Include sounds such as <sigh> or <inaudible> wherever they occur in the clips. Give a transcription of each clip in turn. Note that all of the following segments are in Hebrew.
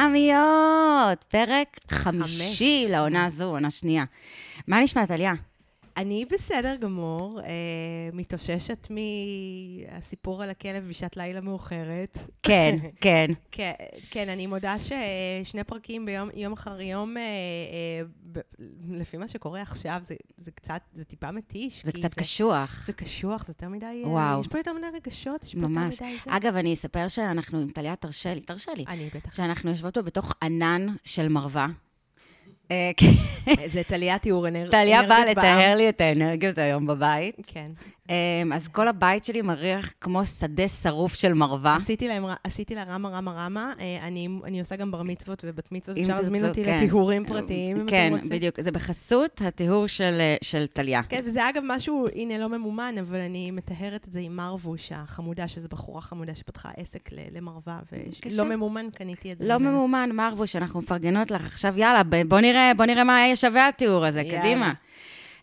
חתונמיות, פרק חמישי לעונה זו, עונה שנייה. מה נשמע, טליה? אני בסדר גמור, אה, מתאוששת מהסיפור על הכלב בשעת לילה מאוחרת. <laughs> כן, כן. כן, כן, אני מודה ששני פרקים ביום יום אחר יום, אה, אה, ב- לפי מה שקורה עכשיו, זה, זה קצת, זה טיפה מתיש. זה כי קצת קשוח. זה קשוח, זה יותר מדי... אה, וואו. יש פה יותר מדי רגשות, יש פה ממש. אה, יותר מדי זה. אגב, אני אספר שאנחנו עם טליה, תרשה לי, תרשה לי, אני בטח. שאנחנו יושבות פה בתוך ענן של <laughs> מרווה. אה, כן. זה טליה תיאור אנרגיה. טליה באה לטהר לי את האנרגיות היום בבית. כן. אה, אז כל הבית שלי מריח כמו שדה שרוף של מרווה. עשיתי להם, ר- עשיתי לה רמה, רמה, רמה. אה, אני, אני עושה גם בר מצוות ובת מצוות, אם אפשר להזמין תרצו, אותי כן. לטיהורים פרטיים, אם אתם כן, רוצים. בדיוק. זה בחסות הטיהור של, אה, של טליה. כן, וזה אגב משהו, הנה, לא ממומן, אבל אני מטהרת את זה עם מרבוש החמודה, שזו בחורה חמודה שפתחה עסק ל- למרווה, בבקשה. ולא ממומן קניתי את זה. לא ממנה. ממומן, מרבו, שאנחנו מפרגנות לך עכשיו, יאללה, ב- בוא נראה, בוא נראה מה היה שווה התיאור הזה, יאללה. קדימה.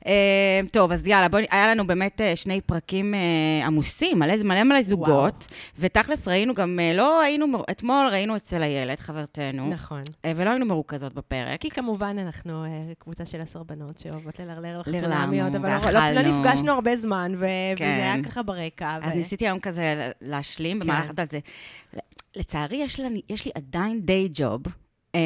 אה, טוב, אז יאללה, בוא, נ- היה לנו באמת אה, שני פרקים אה, עמוסים, מלא מלא מלא זוגות, ותכלס ראינו גם, אה, לא היינו, מר- אתמול ראינו אצל איילת, חברתנו, נכון. אה, ולא היינו מרוכזות בפרק. כי כמובן אנחנו אה, קבוצה של עשר בנות שאוהבות ללרלר על לרלרנו, חתונמיות, אבל לא- לא- לא ואכלנו. נפגשנו הרבה זמן, ו- וזה כן. היה ככה ברקע. אז ו- ניסיתי היום כזה להשלים כן. במהלך, את יודעת, זה... לצערי, יש לי, יש לי עדיין דיי ג'וב, אה,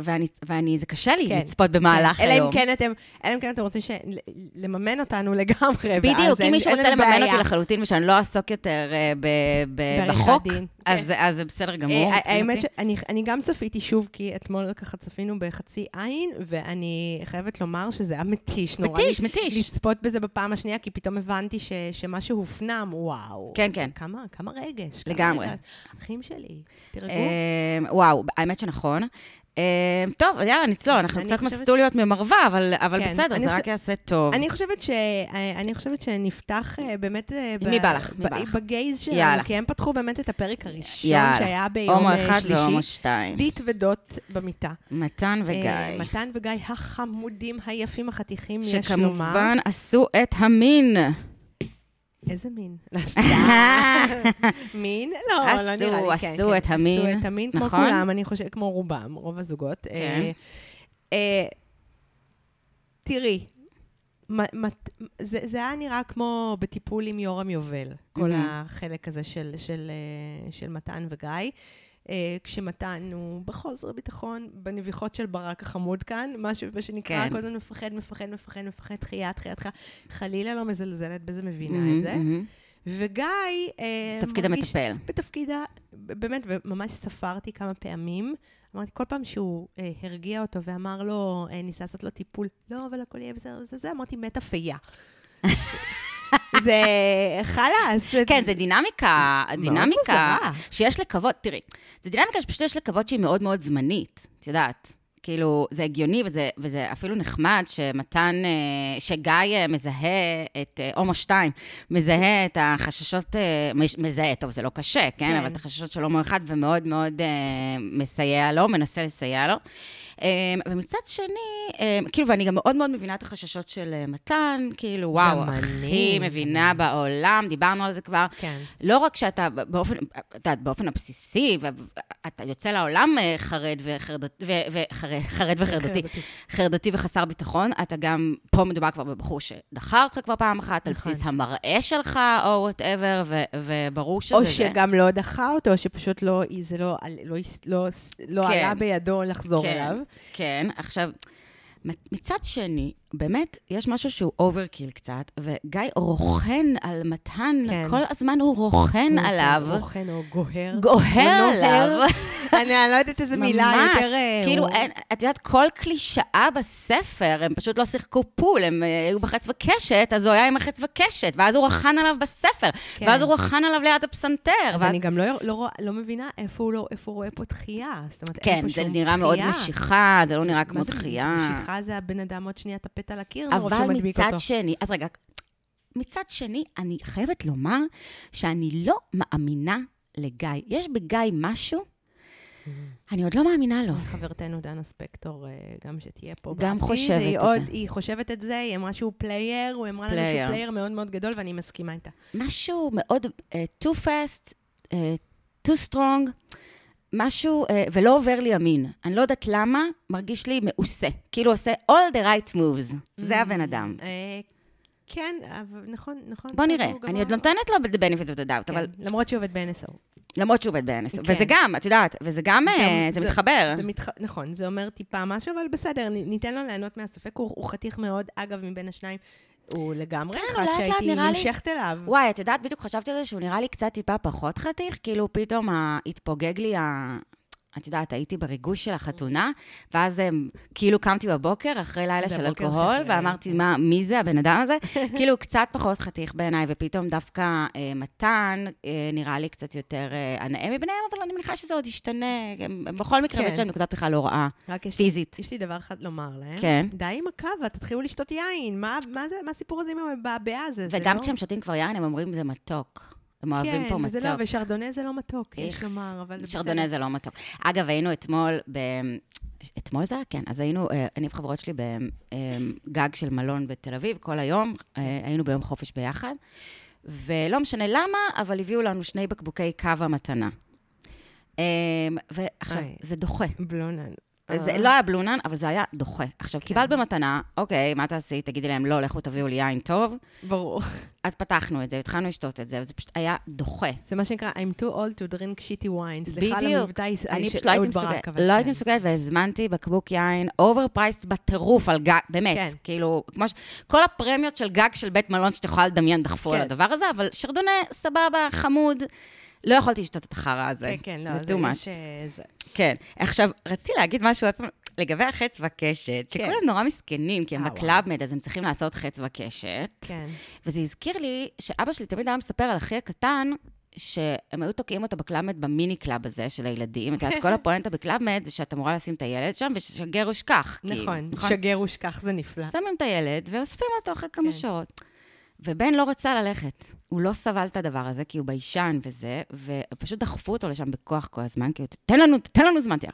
ואני, ואני, זה קשה לי כן. לצפות במהלך כן. היום. אלא אם כן אתם, אלא אם כן אתם רוצים ש- ל- לממן אותנו לגמרי, ואז בדיוק, אם אין- מישהו אין רוצה לנו לממן בעיה. אותי לחלוטין ושאני לא אעסוק יותר אה, ב- ב- בעריכת בחוק, דין, כן. אז אז זה בסדר גמור. אה, מבחינתי. האמת שאני אני גם צפיתי שוב, כי אתמול ככה צפינו בחצי עין, ואני חייבת לומר שזה היה מתיש נורא. מתיש, לצ- מתיש. לצפות בזה בפעם השנייה, כי פתאום הבנתי ש, שמה שהופנם, וואו. כן, זה כן. כמה, כמה רגש. כמה לגמרי. רגש. אחים שלי, תירגעו. אה, וואו, האמת שנכון. אה, טוב, יאללה, נצלול, אנחנו אני קצת חושבת- מסטוליות ממרווה, אבל אבל כן, בסדר, אני זה חוש- רק יעשה טוב. אני חושבת, ש... אה, אני חושבת שנפתח אה, באמת... אה, ב- מי בא לך? מי ב- בא לך? בגייז שלנו, יאללה. כי הם פתחו באמת את הפרק הראשון יאללה. שהיה ביום הומו אה, אחד שלישי. והומו שתיים. דית ודות במיטה. מתן אה, וגיא. מתן וגיא החמודים, היפים, החתיכים, יש לומר. שכמובן עשו את המין. איזה <laughs> מין? <laughs> לא, סתם. מין? לא, לא נראה לי. עשו, כן, עשו כן. את המין, עשו את המין, כמו נכון? כן. כולם, אני חושבת, כמו רובם, רוב הזוגות. אה, אה, תראי, מ- מת- זה זה היה נראה כמו בטיפול עם יורם יובל, כל מהמם. החלק הזה של- של אה, של מתן וגיא. אה, כשמתן הוא בחוסר ביטחון, בנביחות של ברק החמוד כאן, מה ש- מה שנקרא, כן. כל הזמן מפחד, מפחד, מפחד, מפחד, דחייה, דחייה, דחייה. חלילה לא מזלזלת בזה, מבינה מהמם, את זה. מהמם. וגיא... אה, תפקיד מרגיש- המטפל. בתפקיד ה... ב- באמת, וממש ספרתי כמה פעמים. אמרתי, כל פעם שהוא אה, הרגיע אותו ואמר לו, אה, ניסה לעשות לו טיפול, לא, אבל הכל יהיה בסדר, זה זה, אמרתי, מתה <laughs> פייה. זה חלאס. זה- כן, זה דינמיקה, דינמיקה מוזרה. שיש לקוות, תראי, זו דינמיקה שפשוט יש לקוות שהיא מאוד מאוד זמנית, את יודעת. כאילו, זה הגיוני וזה, וזה אפילו נחמד שמתן, אה, שגיא אה, מזהה את, אה, הומו שתיים, מזהה את החששות, אה, מש- מזהה, טוב, זה לא קשה, כן? כן. אבל את החששות של הומו אחד, ומאוד מאוד אה, מסייע לו, מנסה לסייע לו. אה, ומצד שני, אה, כאילו, ואני גם מאוד מאוד מבינה את החששות של אה, מתן, כאילו, וואו, גם הכי אני. מבינה בעולם, דיברנו על זה כבר. כן. לא רק שאתה באופן, אתה יודע, באופן הבסיסי, אתה יוצא לעולם אה, חרד וחרדתי, חרד וחרדתי, חרדתי. חרדתי וחסר ביטחון, אתה גם, פה מדובר כבר בבחור שדחה אותך כבר פעם אחת, על נכון. בסיס המראה שלך, או וואטאבר, וברור שזה או זה. שגם לא דחה אותו, או שפשוט לא, זה לא, לא, לא, לא כן. עלה בידו לחזור אליו. כן, עכשיו, מ- מצד שני, באמת, יש משהו שהוא אוברקיל קצת, וגיא רוכן על מתן, כן. כל הזמן הוא רוכן עליו. רוכן או גוהר. גוהר או נוהר. עליו. אני אני לא יודעת איזה מילה ממש. יותר... אה, כאילו, הוא- אין, את יודעת, כל קלישאה בספר, הם פשוט לא שיחקו פול, הם אה, היו בחץ וקשת, אז הוא היה עם החץ וקשת, ואז הוא רכן עליו בספר, כן. ואז הוא רכן עליו ליד הפסנתר. אז ואת- אני גם לא, לא, רואה- לא מבינה איפה הוא, לא, איפה הוא רואה פה דחייה. זאת אומרת, אין כן, פה זה שום נראה מאוד דחייה. משיכה, זה לא נראה מה כמו זה- דחייה. משיכה זה הבן אדם עוד שנייה טפט על הקיר, מרוב אבל שהוא מדביק מצד אותו. שני, אז רגע, מצד שני, אני חייבת לומר שאני לא מאמינה לגיא. יש בגיא משהו, Mm-hmm. אני עוד לא מאמינה לו. אה, חברתנו דנה ספקטור, אה, גם שתהיה פה. גם בעתיד, חושבת היא את עוד- זה. היא חושבת את זה, היא אמרה שהוא פלייר, הוא אמרה לנו פלייר. שהוא פלייר מאוד מאוד גדול, ואני מסכימה איתה. אה, משהו מאוד uh, too fast, uh, too אה, strong. משהו, אה, ולא עובר לי המין. אני לא יודעת למה, מרגיש לי מעושה. כאילו עושה all the right moves. Mm-hmm. זה הבן אדם. אה, כן, אבל נכון, נכון. בוא בסדר, נראה, הוא גם אני ה- עוד נותנת לו the benefit of the doubt, כן, אבל למרות שהוא עובד ב-NSO. למרות שהוא עובד באנס. כן. וזה גם, את יודעת, וזה גם, אה, זה מתחבר. זה מתח... נכון, זה אומר טיפה משהו, אבל בסדר, נ- ניתן לו ליהנות מהספק. הוא, הוא חתיך מאוד, אגב, מבין השניים. הוא לגמרי כן, אחד הוא לאט לאט שהייתי נראה לי- נמשכת אליו. וואי, את יודעת, בדיוק חשבתי על זה שהוא נראה לי קצת טיפה פחות חתיך, כאילו פתאום ה- התפוגג לי ה... את יודעת, הייתי בריגוש של החתונה, ואז הם, כאילו קמתי בבוקר, אחרי לילה זה של הבוקר אלכוהול, שזה- ואמרתי, מה, מי זה הבן אדם <laughs> הזה? כאילו, קצת פחות חתיך בעיניי, ופתאום דווקא אה, מתן אה, נראה לי קצת יותר אה, הנאה מביניהם, אבל אני מניחה שזה עוד ישתנה. הם- הם בכל מקרה, כן. יש להם נקודת פתיחה לא רעה, רק יש לי, פיזית. יש לי דבר אחד לומר להם. כן. די עם הקווה, תתחילו לשתות יין. מה, מה, זה, מה הסיפור הזה עם המבעבע הזה? זה וגם לא- כשהם שותים כבר יין, הם אומרים, זה מתוק. הם אוהבים פה כן, מתוק. וזה לא, ושרדונה זה לא מתוק, איכס. יש לומר, אבל... שרדונה בסדר. זה לא מתוק. אגב, היינו אתמול ב... אתמול זה היה? כן. אז היינו, אה, אני וחברות שלי בגג של מלון בתל אביב, כל היום, אה, היינו ביום חופש ביחד, ולא משנה למה, אבל הביאו לנו שני בקבוקי קו המתנה. אה, ועכשיו, איי. זה דוחה. בלונן. אה, זה לא היה בלונן, אבל זה היה דוחה. עכשיו, כן. קיבלת במתנה, אוקיי, מה תעשי? תגידי להם, לא, לכו תביאו לי יין טוב. ברור. אז פתחנו את זה, התחלנו לשתות את זה, וזה פשוט היה דוחה. זה מה שנקרא, I'm too old to drink shitty wine. סליחה על בדיוק. המבטא היש- אני של פשוט לא הייתי אהוד ברק, מסוגלת, אבל לא כן. הייתי מסוגלת, והזמנתי בקבוק יין אוברפרייסט בטירוף על גג, באמת, כן. כאילו, כמו ש... כל הפרמיות של גג של בית מלון שאת יכולה לדמיין דחפו כן. על הדבר הזה, אבל שרדונה, סבבה, חמוד. לא יכולתי לשתות את החרא הזה. כן, כן, לא, זה too much. יש, אה, זה- כן. עכשיו, רציתי להגיד משהו עוד פעם לגבי החץ וקשת, כן. שכולם נורא מסכנים, כי הם אה, וואו. בקלאבמד, אז הם צריכים לעשות חץ וקשת. כן. וזה הזכיר לי שאבא שלי תמיד היה מספר על אחי הקטן, שהם היו תוקעים אותו בקלאבמט, במיני קלאב הזה של הילדים. את <laughs> יודעת, כל הפואנטה בקלאבמט זה שאת אמורה לשים את הילד שם ושגר ושכח. כאילו, נכון, שגר ושכח, זה נפלא. שמים את הילד ואוספים אותו אחרי כמה כן. שעות. ובן לא רצה ללכת. הוא לא סבל את הדבר הזה, כי הוא ביישן וזה, ופשוט דחפו אותו לשם בכוח כל הזמן, כי הוא, תן לנו, תן לנו זמן, תראה.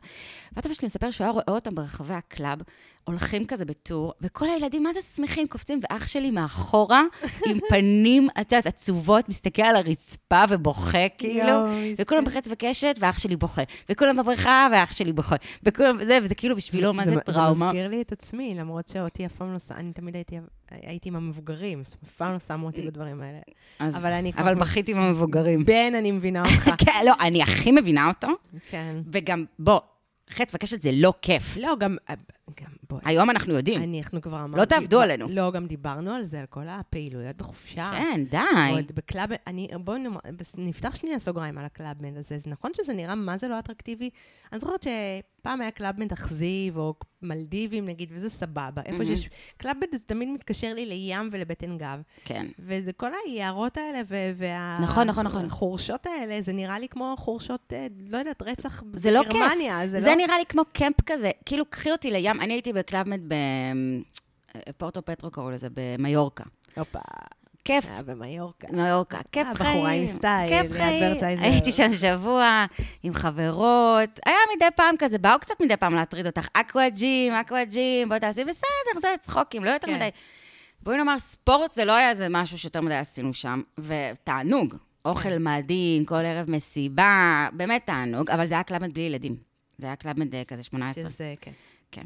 ואז אבא שלי מספר שהוא היה רואה אותם ברחבי הקלאב, הולכים כזה בטור, וכל הילדים, מה זה שמחים, קופצים, ואח שלי <laughs> מאחורה, עם פנים, את יודעת, עצובות, מסתכל על הרצפה ובוכה, כאילו. יואו, וכולם בחץ וקשת, ואח שלי בוכה. וכולם בבריכה, ואח שלי בוכה. וכולם, זה, וזה כאילו בשבילו, מה זה זה טראומה. מזכיר לי את עצמי, למרות שאותי אף פעם לא ש... אני תמיד הייתי, הייתי עם המבוגרים, זאת אומרת, אף פעם לא שמו אותי בדברים האלה. אז- אבל אני אבל כמו- בכיתי עם המבוגרים. בן, אני מבינה אותך. <laughs> כן, לא, אני הכי מבינה אותו, כן. וגם, בוא, חץ וקשת זה לא כיף. לא, גם... גם בואי. היום אנחנו יודעים. אנחנו כבר אמרנו... לא תעבדו עלינו. לא, גם דיברנו על זה, על כל הפעילויות בחופשה. כן, די. עוד בקלאב... אני... בואו נאמר... בס- נפתח שנייה סוגריים על הקלאבמנט הזה. זה נכון שזה נראה מה זה לא אטרקטיבי? אני זוכרת שפעם היה קלאבמנט אכזיב, או מלדיבים נגיד, וזה סבבה. איפה שיש... קלאבמנט זה תמיד מתקשר לי לים ולבית עין גב. כן. וזה כל היערות האלה ו- וה... נכון, נכון, נכון. החורשות האלה, זה נראה לי כמו חורשות, אה, לא יודעת, רצח זה לא כיף. בגרמניה. זה, זה לא... נראה לי כמו קמפ כזה, כאילו, קחי אותי לים, אני הייתי בקלאבמט בפורטו אה, פטרו קראו לזה, במיורקה. הופה, כיף. היה במאיורקה. מיורקה, כיף אה, חיים. בחורה עם סטייל, אה, כיף ליד חיים. ורצייזר. הייתי שם שבוע עם חברות. היה מדי פעם כזה, באו קצת מדי פעם להטריד אותך. אקווה ג'ים, אקווה ג'ים, בואי תעשי, בסדר, זה צחוקים, לא יותר כן. מדי. בואי נאמר, ספורט זה לא היה איזה משהו שיותר מדי עשינו שם, ותענוג. אוכל כן. מדהים, כל ערב מסיבה, באמת תענוג, אבל זה היה קלאבמנט בלי ילדים. זה היה קלאבמנט אה, כזה 18. שזה, כן. כן.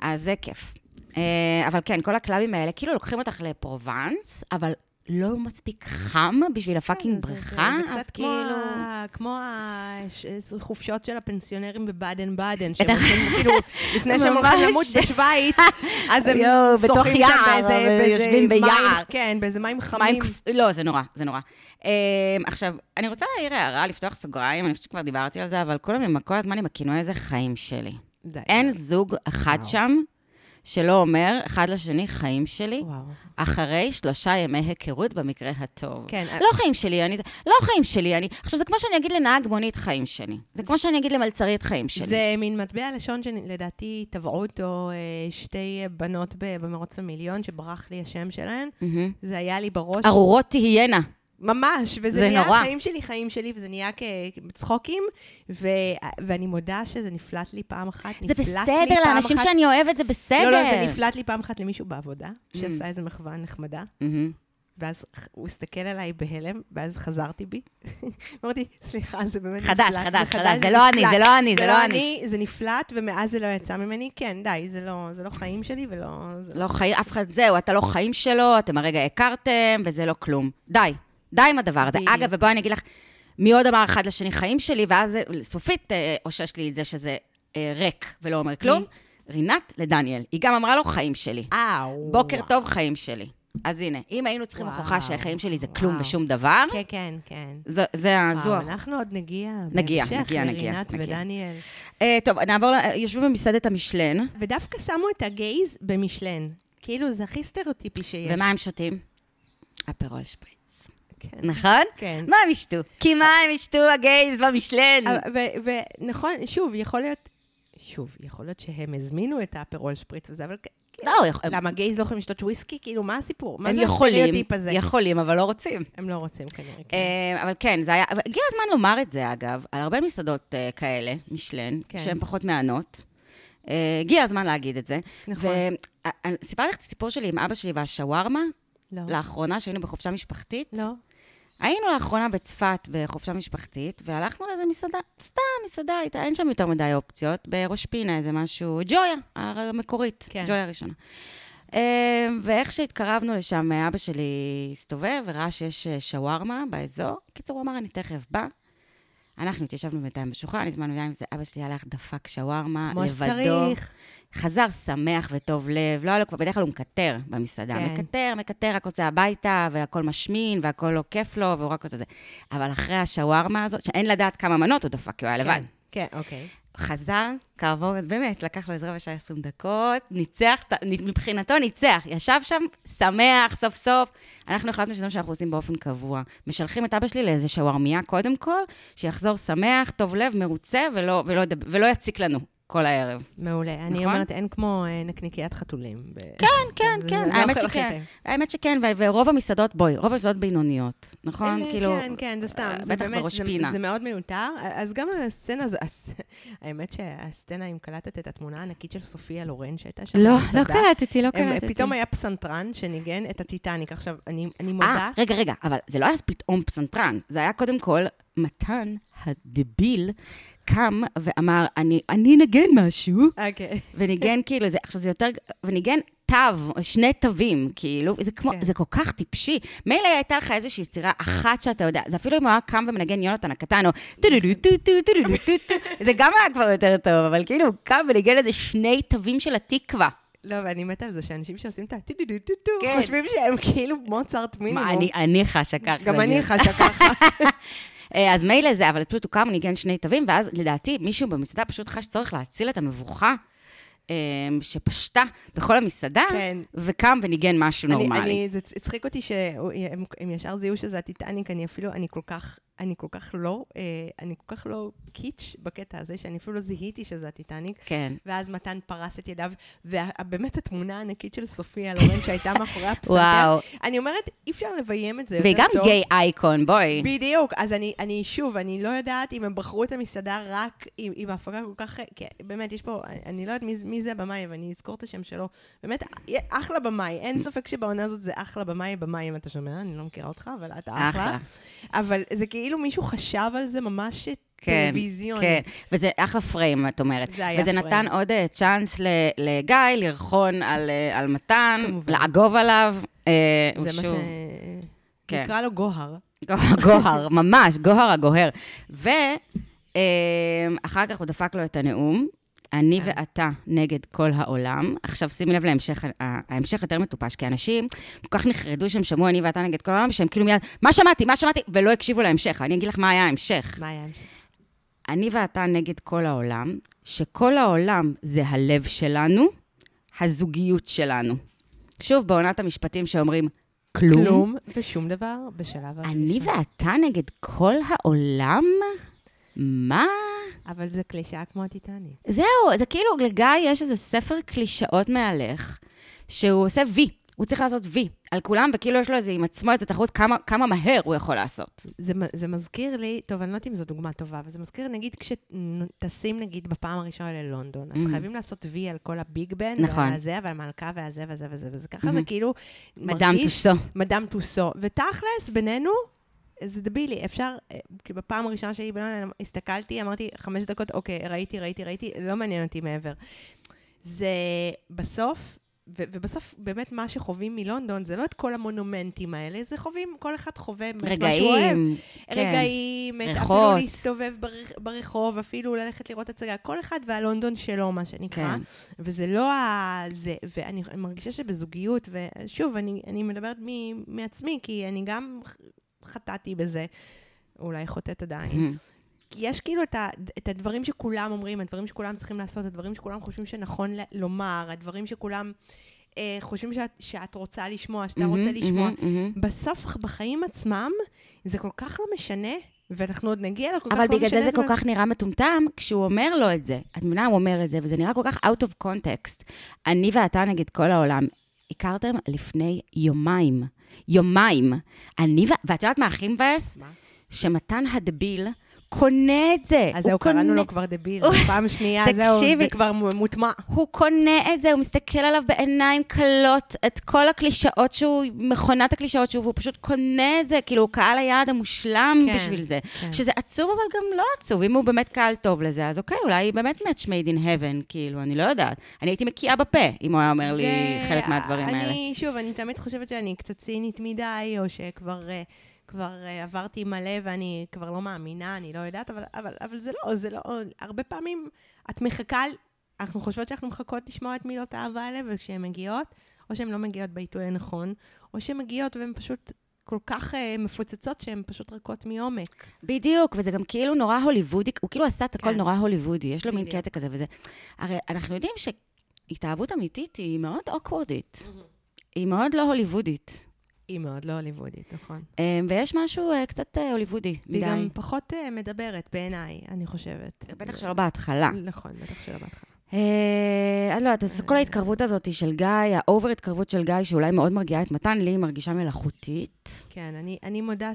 אז זה כיף. אה, אבל כן, כל הקלאבים האלה, כאילו לוקחים אותך לפרובנס, אבל לא מספיק חם בשביל הפאקינג כן, זה- זה- בריכה, זה קצת אז כמו כאילו... ה- כמו החופשות של הפנסיונרים בבאדן באדן, שהם בטח. הולכים, <laughs> כאילו, לפני שהם ממש. הולכים למות בשוויץ, אז הם יואו, בתוך שוחים שם יער, באיזה- אבל באיזה יושבים מים- ביער. כן, באיזה מים מים חמים. קפ- לא, זה נורא, זה נורא. אה, עכשיו, אני רוצה להעיר הערה, לפתוח סוגריים, אני חושבת שכבר דיברתי על זה, אבל כולם עם כל הזמן עם הכינוי הזה חיים שלי. די. אין זוג אחד כן. וואו. שם שלא אומר אחד לשני חיים שלי, וואו. אחרי שלושה ימי היכרות במקרה הטוב. כן, לא חיים שלי, אני... לא חיים שלי, אני... עכשיו, זה כמו שאני אגיד לנהג מונית חיים שלי. זה כמו שאני אגיד למלצרית חיים שלי. זה מין מטבע לשון שלדעתי טבעו אותו אה, שתי אה, בנות ב- במרוץ למיליון, שברח לי השם שלהן. מהמם. זה היה לי בראש. ארורות תהיינה. ממש, וזה זה נהיה נורא. חיים שלי, חיים שלי, וזה נהיה כצחוקים, ו... ואני מודה שזה נפלט לי פעם אחת. זה נפלט לי בסדר, פעם לאנשים אחת- שאני אוהבת זה בסדר. Mm. לא, לא, זה נפלט לי פעם אחת למישהו בעבודה, שעשה איזו מחווה נחמדה, מהמם. ואז הוא הסתכל עליי בהלם, ואז חזרתי בי. <laughs> אמרתי, סליחה, זה באמת חדש, נפלט. חדש, חדש, זה לא אני, נפלט. זה לא אני, זה לא אני. זה נפלט, ומאז זה לא יצא ממני. כן, די, זה לא, זה לא חיים שלי ולא... זה לא חיים, אף אחד, זהו, אתה לא חיים שלו, אתם הרגע הכרתם, וזה לא כלום. די, די עם הדבר הזה. בדיוק. אגב, ובואי אני אגיד לך, מי עוד אמר אחד לשני חיים שלי, ואז אה, סופית אה, אושש לי את זה שזה אה, ריק ולא אומר כלום? רינת לדניאל, היא גם אמרה לו חיים שלי. אאו. לא. בוקר טוב, חיים שלי. אז הנה, אם היינו צריכים וואו, הוכחה שהחיים שלי זה כלום וואו. ושום דבר, כן, כן, כן. זו- זה ה- זו וואו, ה- אנחנו עוד נגיע. נגיע, בהמשך נגיע, נגיע, לרינת נגיע. ודניאל. אה, טוב, נעבור, ל- יושבים במסעדת המשלן, ודווקא שמו את הגייז במשלן. כאילו, זה הכי סטריאוטיפי שיש. ומה הם שותים? אפרול שפריץ. כן. נכון? כן. מה הם ישתו? כי מה הם ישתו הגייז במשלן? אבל- ו- ונכון, שוב, יכול להיות... שוב, יכול להיות שהם הזמינו את האפרול שפריץ וזה, אבל... כ- לא, יכ- הם- למה גייז לא יכולים לשתות וויסקי? כאילו, מה הסיפור? מה הם זה יכולים, הסטריאוטיפ הזה? יכולים, אבל לא רוצים. הם לא רוצים כנראה. כן. אה, אבל כן, זה היה... אבל הגיע הזמן לומר את זה, אגב, על הרבה מסעדות אה, כאלה, משלן, כן. שהן פחות מהנות. אה, הגיע הזמן להגיד את זה. נכון. וסיפרתי אה, לך את הסיפור שלי עם אבא שלי והשווארמה, לא. לאחרונה, שהיינו בחופשה משפחתית. לא. היינו לאחרונה בצפת בחופשה משפחתית, והלכנו לאיזה מסעדה, סתם מסעדה, הייתה, אין שם יותר מדי אופציות, בראש פינה איזה משהו, ג'ויה המקורית, כן. ג'ויה הראשונה. אה, ואיך שהתקרבנו לשם, אבא שלי הסתובב וראה שיש אה, שווארמה באזור. קיצור, הוא אמר, אני תכף בא. אנחנו התיישבנו בינתיים בשולחן, הזמנו יין, וזה- אבא שלי הלך, דפק שווארמה, כמו לבדו. שצריך. חזר שמח וטוב לב, לא היה לו כבר, בדרך כלל הוא מקטר במסעדה. כן. כן. מקטר, מקטר, רק רוצה הביתה, והכל משמין, והכל לא כיף לו, והוא רק רוצה זה. אבל אחרי השווארמה הזאת, שאין לדעת כמה מנות הוא דפק, כי הוא היה לבד. כן, כן, אוקיי. חזר, כעבור, באמת, לקח לו איזה רבע שעה 20 דקות, ניצח, את ה- מבחינתו ניצח. ישב שם, שמח, סוף סוף. אנחנו החלטנו שזה מה שאנחנו עושים באופן קבוע. משלחים את אבא שלי לאיזה שווארמיה קודם כל, שיחזור שמח, טוב לב, מרוצה, ולא, ולא, ידב- ולא יציק לנו כל הערב. מעולה. אני נכון? אומרת, אין כמו אה, נקניקיית חתולים. ב- כן, זה- זה כן, לא האמת אוכל הכי שכן. טעים. האמת שכן, ו- ורוב המסעדות, בואי, רוב המסעדות בינוניות, נכון? אלה, כאילו, כן, כן, זה סתם. אה, זה בטח באמת, בראש זה- פינה. זה מאוד מיותר. אז גם הסצנה הזו, הס- <laughs> האמת שהסצנה, אם קלטת את התמונה הענקית של סופיה לורן שהייתה שם. לא, במסעדה, לא קלטתי, לא כן. הם- אה, קלטתי. פתאום היה פסנתרן שניגן את הטיטניק. עכשיו, אני אני אה, מודה, רגע, רגע, אבל זה לא היה פתאום פסנתרן, זה היה קודם כל מתן הדביל קם ואמר, "אני- אני נגן משהו, אוקיי. <laughs> וניגן כאילו, זה, עכשיו זה יותר, וניגן תו, שני תווים, כאילו, זה כמו, כן. כן. זה כל כך טיפשי. מילא הייתה לך איזושהי יצירה אחת שאתה יודע, זה אפילו אם הוא היה קם ומנגן יונתן הקטן, או טו-דו-דו-טו-טו, טו-דו-דו-טו, זה גם היה כבר יותר טוב, אבל כאילו, הוא קם וניגן איזה שני תווים של התקווה. לא, ואני מתה על זה שאנשים שעושים את הטיטוטוטו, כן. <laughs> חושבים שהם כאילו מוצרט מה, מינימום. אני, אני חשה ככה. גם אני דניאל. חשה ככה. <laughs> אה, אז מילא זה, אבל פשוט הוא קם, ניגן שני תווים, ואז לדעתי מישהו במסעדה פשוט חש צורך להציל את המבוכה אה, שפשטה בכל המסעדה, כן. וקם וניגן משהו אני- נורמלי. אני, זה הצ- הצחיק אותי שהם הם ישר זיהו שזה הטיטניק, אני אפילו, אני כל כך, אני כל כך לא, אה, אני כל כך לא קיץ' בקטע הזה, שאני אפילו לא זיהיתי שזה הטיטניק. כן. ואז מתן פרס את ידיו, ובאמת התמונה הענקית של סופיה לורן שהייתה מאחורי הפסנתר. וואו. אני אומרת, אי אפשר לביים את זה יותר והיא גם טוב. גיי אייקון, בואי. בדיוק, אז אני, אני שוב, אני לא יודעת אם הם בחרו את המסעדה רק עם, עם ההפקה כל כך... כי באמת, יש פה, אני לא יודעת מי, זה- מי זה הבמאי, ואני אזכור את השם שלו. באמת, אחלה במאי. אין ספק שבעונה הזאת זה אחלה במאי, במאי, אם אתה שומע, אני לא מכירה אותך, אבל אתה אחלה. אחלה. אבל זה כאילו מישהו חשב על זה ממש כן, טלוויזיון. כן, וזה אחלה פריים, את אומרת. זה היה וזה פריים. נתן עוד אה, צ'אנס ל- לגיא לרחון על, אה, על מתן, כמובן. לעגוב עליו. אה, זה מה ש... ושוב, כן. נקרא לו גוהר. <laughs> גוהר, גוהר, ממש, גוהר הגוהר. ואחר כך הוא דפק לו את הנאום, אני כן. ואתה נגד כל העולם. עכשיו שימי לב להמשך, ה- ההמשך יותר מטופש, כי אנשים כל כך נחרדו שהם שמעו אני ואתה נגד כל העולם, שהם כאילו מיד, מה שמעתי, מה שמעתי, ולא הקשיבו להמשך. אני אגיד לך מה היה ההמשך. מה היה? אני ואתה נגד כל העולם, שכל העולם זה הלב שלנו, הזוגיות שלנו. שוב, בעונת המשפטים שאומרים, כלום. כלום. כלום ושום דבר בשלב הראשון. אני ואתה נגד כל העולם? מה? אבל זה קלישאה כמו הטיטניק. זהו, זה כאילו, לגיא יש איזה ספר קלישאות מהלך, שהוא עושה וי. הוא צריך לעשות וי על כולם, וכאילו יש לו איזה עם עצמו איזה תחרות כמה, כמה מהר הוא יכול לעשות. זה, מ- זה מזכיר לי, טוב, אני לא יודעת אם זו דוגמה טובה, אבל זה מזכיר, נגיד, כשטסים, נגיד, בפעם הראשונה ללונדון, אז Mhm. חייבים לעשות וי על כל הביג בן, נכון. ועל זה, ועל מלכה, והזה, וזה, וזה, וזה. ככה זה Mhm. כאילו מדאם מרגיש טוסו. מדאם טוסו. ותכלס, בינינו, זה דבילי. אפשר, אה, כי בפעם הראשונה שלי בלונדון הסתכלתי, אמרתי, חמש דקות, אוקיי, ראיתי, ראיתי, ראיתי, לא מעניין אותי מעבר. זה בסוף... ו- ובסוף, באמת, מה שחווים מלונדון זה לא את כל המונומנטים האלה, זה חווים, כל אחד חווה את מה שהוא אוהב. רגעים. כן. רגעים, את- אפילו ריחות. להסתובב בר- ברחוב, אפילו ללכת לראות הצגה, כל אחד והלונדון שלו, מה שנקרא. כן. וזה לא ה... זה, ואני אני מרגישה שבזוגיות, ושוב, אני, אני מדברת מ, מעצמי, כי אני גם ח- חטאתי בזה, אולי חוטאת Mm. עדיין. כי יש כאילו את, ה, את הדברים שכולם אומרים, הדברים שכולם צריכים לעשות, הדברים שכולם חושבים שנכון ל- לומר, הדברים שכולם אה, חושבים שאת, שאת רוצה לשמוע, שאתה Mm-hmm, רוצה לשמוע. בסוף, בחיים עצמם, זה כל כך לא משנה, ואנחנו עוד נגיע לכל כך לא אבל משנה. בגלל זה זה כל ו- כך נראה מטומטם, כשהוא אומר לו את זה. את מבינה, הוא אומר את זה, וזה נראה כל כך out of context. אני ואתה נגד כל העולם, הכרתם לפני יומיים. יומיים. אני ו... ואת יודעת מה הכי מבאס? מה? שמתן הדביל קונה את זה. אז הוא זהו, קראנו קונה- לו כבר דביל, הוא- פעם שנייה, זהו, תקשיבי. זה כבר מ- מוטמע. הוא קונה את זה, הוא מסתכל עליו בעיניים כלות, את כל הקלישאות שהוא, מכונת הקלישאות שהוא, והוא פשוט קונה את זה, כאילו הוא קהל היעד המושלם כן, כן, בשביל זה. כן. כן. שזה עצוב, אבל גם לא עצוב. אם הוא באמת קהל טוב לזה, אז אוקיי, אולי באמת match made in heaven, כאילו, אני לא יודעת. אני הייתי מקיאה בפה, אם הוא היה אומר לי זה- חלק מהדברים האלה. אני, שוב, אני תמיד חושבת שאני קצת צינית מדי, או שכבר אה, כבר אה, עברתי מלא ואני כבר לא מאמינה, אני לא יודעת, אבל- אבל אבל זה לא, זה לא, הרבה פעמים את מחכה, על- אנחנו חושבות שאנחנו מחכות לשמוע את מילות האהבה האלה, וכשהן מגיעות, או שהן לא מגיעות בעיתוי הנכון, או שהן מגיעות והן פשוט כל כך אה, מפוצצות שהן פשוט ריקות מעומק. בדיוק, וזה גם כאילו נורא הוליוודי, הוא כאילו עשה את הכל כן. נורא הוליוודי, יש לו מין בדיוק. קטע כזה וזה. הרי אנחנו יודעים שהתאהבות אמיתית היא מאוד אוקוורדית. Mm-hmm. היא מאוד לא הוליוודית. היא מאוד לא הוליוודית, נכון. אמ, ויש משהו אה, קצת אה, הוליוודי והיא גם מדי. פחות אה, מדברת בעיניי, אני חושבת. בטח שלא בהתחלה. נכון, בטח שלא בהתחלה. אה, אני לא יודעת, אז כל ההתקרבות הזאת של גיא, האובר התקרבות של גיא, שאולי מאוד מרגיעה את מתן, לי היא מרגישה מלאכותית. כן, אני, אני מודה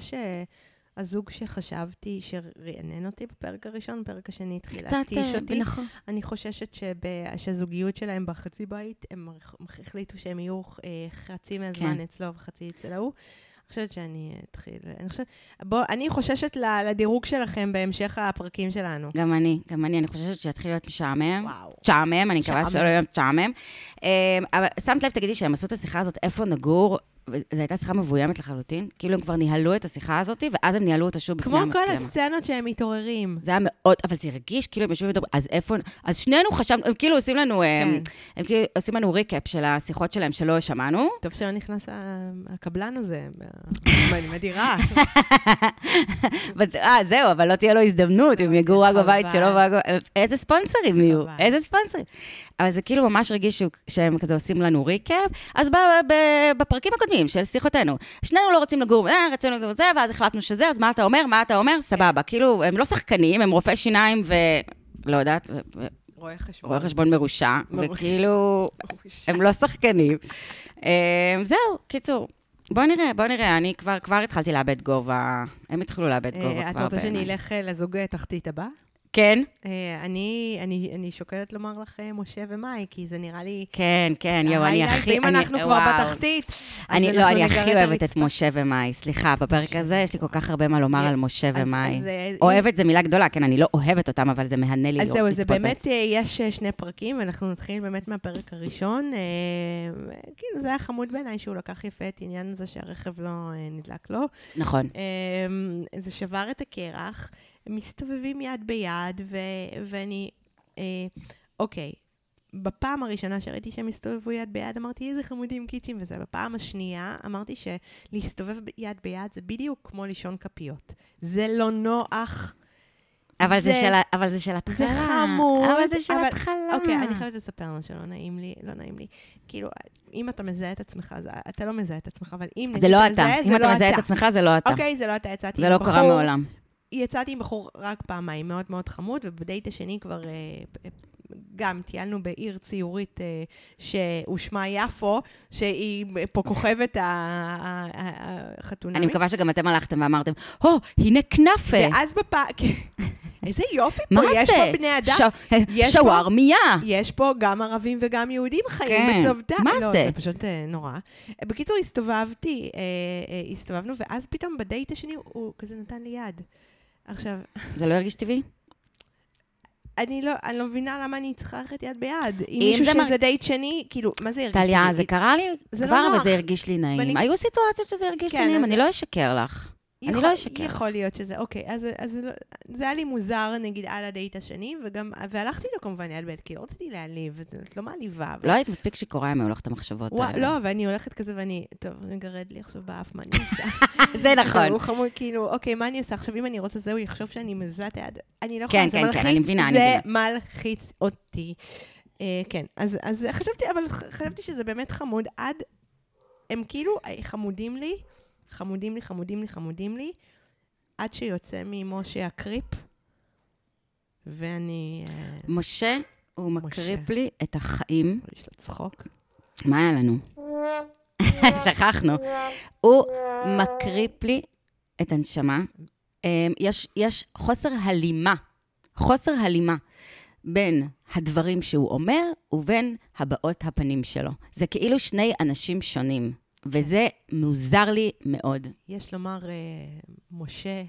שהזוג שחשבתי שרענן אותי בפרק הראשון, בפרק השני התחיל קצת, להתיש אה, אותי. נכון. אני חוששת שב, שהזוגיות שלהם בחצי בית, הם הח- החליטו שהם יהיו אה, חצי מהזמן כן. אצלו וחצי אצל ההוא. אני חושבת שאני אתחיל... אני חושבת... בוא, אני חוששת ל- לדירוג שלכם בהמשך הפרקים שלנו. גם אני, גם אני, אני חוששת שיתחיל להיות משעמם. וואו. תשעמם, אני מקווה משעמם. שלא יהיה תשעמם. אמ, אבל שמת לב, תגידי, שהם עשו את השיחה הזאת, איפה נגור? זו הייתה שיחה מבוימת לחלוטין. כאילו הם כבר ניהלו את השיחה הזאת, ואז הם ניהלו אותה שוב בפני כמו כל המצלמה. הסצנות שהם מתעוררים. זה היה מאוד, אבל זה הרגיש כאילו הם יושבים ודברים, אז איפה, אז שנינו חשבנו, הם כאילו עושים לנו, הם, כן. הם כאילו עושים לנו ריקאפ של השיחות שלהם שלא שמענו. טוב שלא נכנס ה- הקבלן הזה, <laughs> מהדירה. אבל- אה, זהו, אבל לא תהיה לו הזדמנות, אם יגורו רק חבל. בבית שלו, ורק- אה, איזה ספונסרים יהיו, חבל. איזה ספונסרים. אבל זה כאילו ממש הרגיש שהוא- שהם כזה עושים לנו ריקאפ, אז ב- ב- בפרקים הקודמים של שיחותינו, שנינו לא רוצים לגור, אה, רצינו לגור זה, ואז החלטנו שזה, אז מה אתה אומר, מה אתה אומר, סבבה. כאילו, הם לא שחקנים, הם רופאי שיניים ו... לא יודעת, ו- ו- רואה חשבון. רואה חשבון מרושע, מרושע. וכאילו, הם לא שחקנים. אמ, זהו, קיצור. בוא נראה, בוא נראה, אני כבר, כבר התחלתי לאבד גובה, הם התחילו לאבד גובה כבר אה, את רוצה שאני בעיניי. אלך אה, לזוג אה, תחתית הבא? כן? אה, אני, אני, אני שוקלת לומר לך אה, משה ומאי, כי זה נראה לי... כן, כן, יואו, אני ההיילייט, הכי... ואם אני- אה, אנחנו כבר וואו. בתחתית, אז אני, לא, אנחנו אני נגרד הכי אוהבת את הרצפה. משה ומאי. סליחה, בפרק הזה יש לי כל כך הרבה מה לומר אה, על משה אוקיי. אז- ומאי. אז, אה, אוהבת זה מילה גדולה, כן, אני לא אוהבת אותם, אבל זה מהנה לי אז לראות- זהו, זה לצפות בהם. באמת, אה, יש אה, שני פרקים, ואנחנו נתחיל באמת מהפרק הראשון. אה, כאילו, זה היה חמוד בעיניי שהוא לקח יפה את העניין הזה שהרכב לא אה, נדלק לו. נכון. אמ, זה שבר את הקרח, הם מסתובבים יד ביד, ו- ואני... אה, אוקיי, בפעם הראשונה שראיתי שהם הסתובבו יד ביד, אמרתי, איזה חמודים קיצ'ים וזה. בפעם השנייה אמרתי שלהסתובב ב- יד ביד זה בדיוק כמו לישון כפיות. זה לא נוח. אבל זה זה- של ה- אבל זה של התחלה. זה חמוד, אבל זה של אבל- התחלה. אוקיי, אני חייבת לספר לו שלא נעים לי, לא נעים לי. כאילו, אם אתה מזהה את עצמך, אז אתה לא מזהה את עצמך, אבל אם זה נגיד לא אתה. מזהה, אם אתה מזהה את עצמך, זה לא אתה. אוקיי, זה לא אתה, יצאתי זה עם לא בחור. קרה מעולם. יצאתי עם בחור רק פעמיים, מאוד מאוד חמוד, ובדייט השני כבר אה, אה, גם טיילנו בעיר ציורית אה, שהושמה יפו, שהיא פה כוכבת ה- ה- ה- החתונמי. אני מקווה שגם אתם הלכתם ואמרתם, הו, הנה כנאפה. ואז בפארק... כן. איזה יופי פה, מה יש זה? פה בני אדם. ש- יש פה- שווארמיה. יש פה גם ערבים וגם יהודים חיים כן. בצוותא. מה לא, זה? זה פשוט אה, נורא. אה, בקיצור, הסתובבתי, אה, אה, הסתובבנו, ואז פתאום בדייט השני הוא כזה נתן לי יד. עכשיו, זה לא הרגיש טבעי? אני לא, אני לא מבינה למה אני צריכה ללכת יד ביד. עם אם מישהו זה מר- שזה דייט שני, כאילו, מה זה הרגשתי? טליה, לי? זה קרה לי זה לא כבר, נוח. וזה הרגיש לי נעים. ואני- היו סיטואציות שזה הרגיש לי כן, נעים, אז- אני לא אשקר לך. אני יכול- לא אשקר. יכול להיות שזה, אוקיי, אז, אז לא- זה היה לי מוזר, נגיד, על הדייט השני, וגם, והלכתי לו כמובן יד ביד, כי לא רציתי להעליב, את- את לא מעליבה. אבל- לא היית מספיק שיכורה אם היו לך את המחשבות וואו, האלה. לא, ואני הולכת כזה ואני, טוב, מגרד לי עכשיו באף, מה <laughs> אני עושה? זה הוא נכון. חמוד, כאילו, אוקיי, מה אני עושה עכשיו? אם אני רוצה זה, הוא יחשוב שאני מזיזה את היד. אני לא כן, יכולה, זה כן, כן, מלחיץ. אני מבינה, אני זה מלחיץ אותי. אה, כן, אז אז חשבתי, אבל ח- חשבתי שזה באמת חמוד עד... הם כאילו אה, חמודים לי, חמודים לי, חמודים לי, חמודים לי, עד שיוצא ממשה הקריפ, ואני... אה, משה, הוא משה. מקריפ לי את החיים. יש לו צחוק. מה היה לנו? <laughs> שכחנו. הוא מקריפ לי את הנשמה. אמ, יש, יש חוסר הלימה, חוסר הלימה בין הדברים שהוא אומר ובין הבעות הפנים שלו. זה כאילו שני אנשים שונים, וזה מוזר לי מאוד. יש לומר, אה, משה,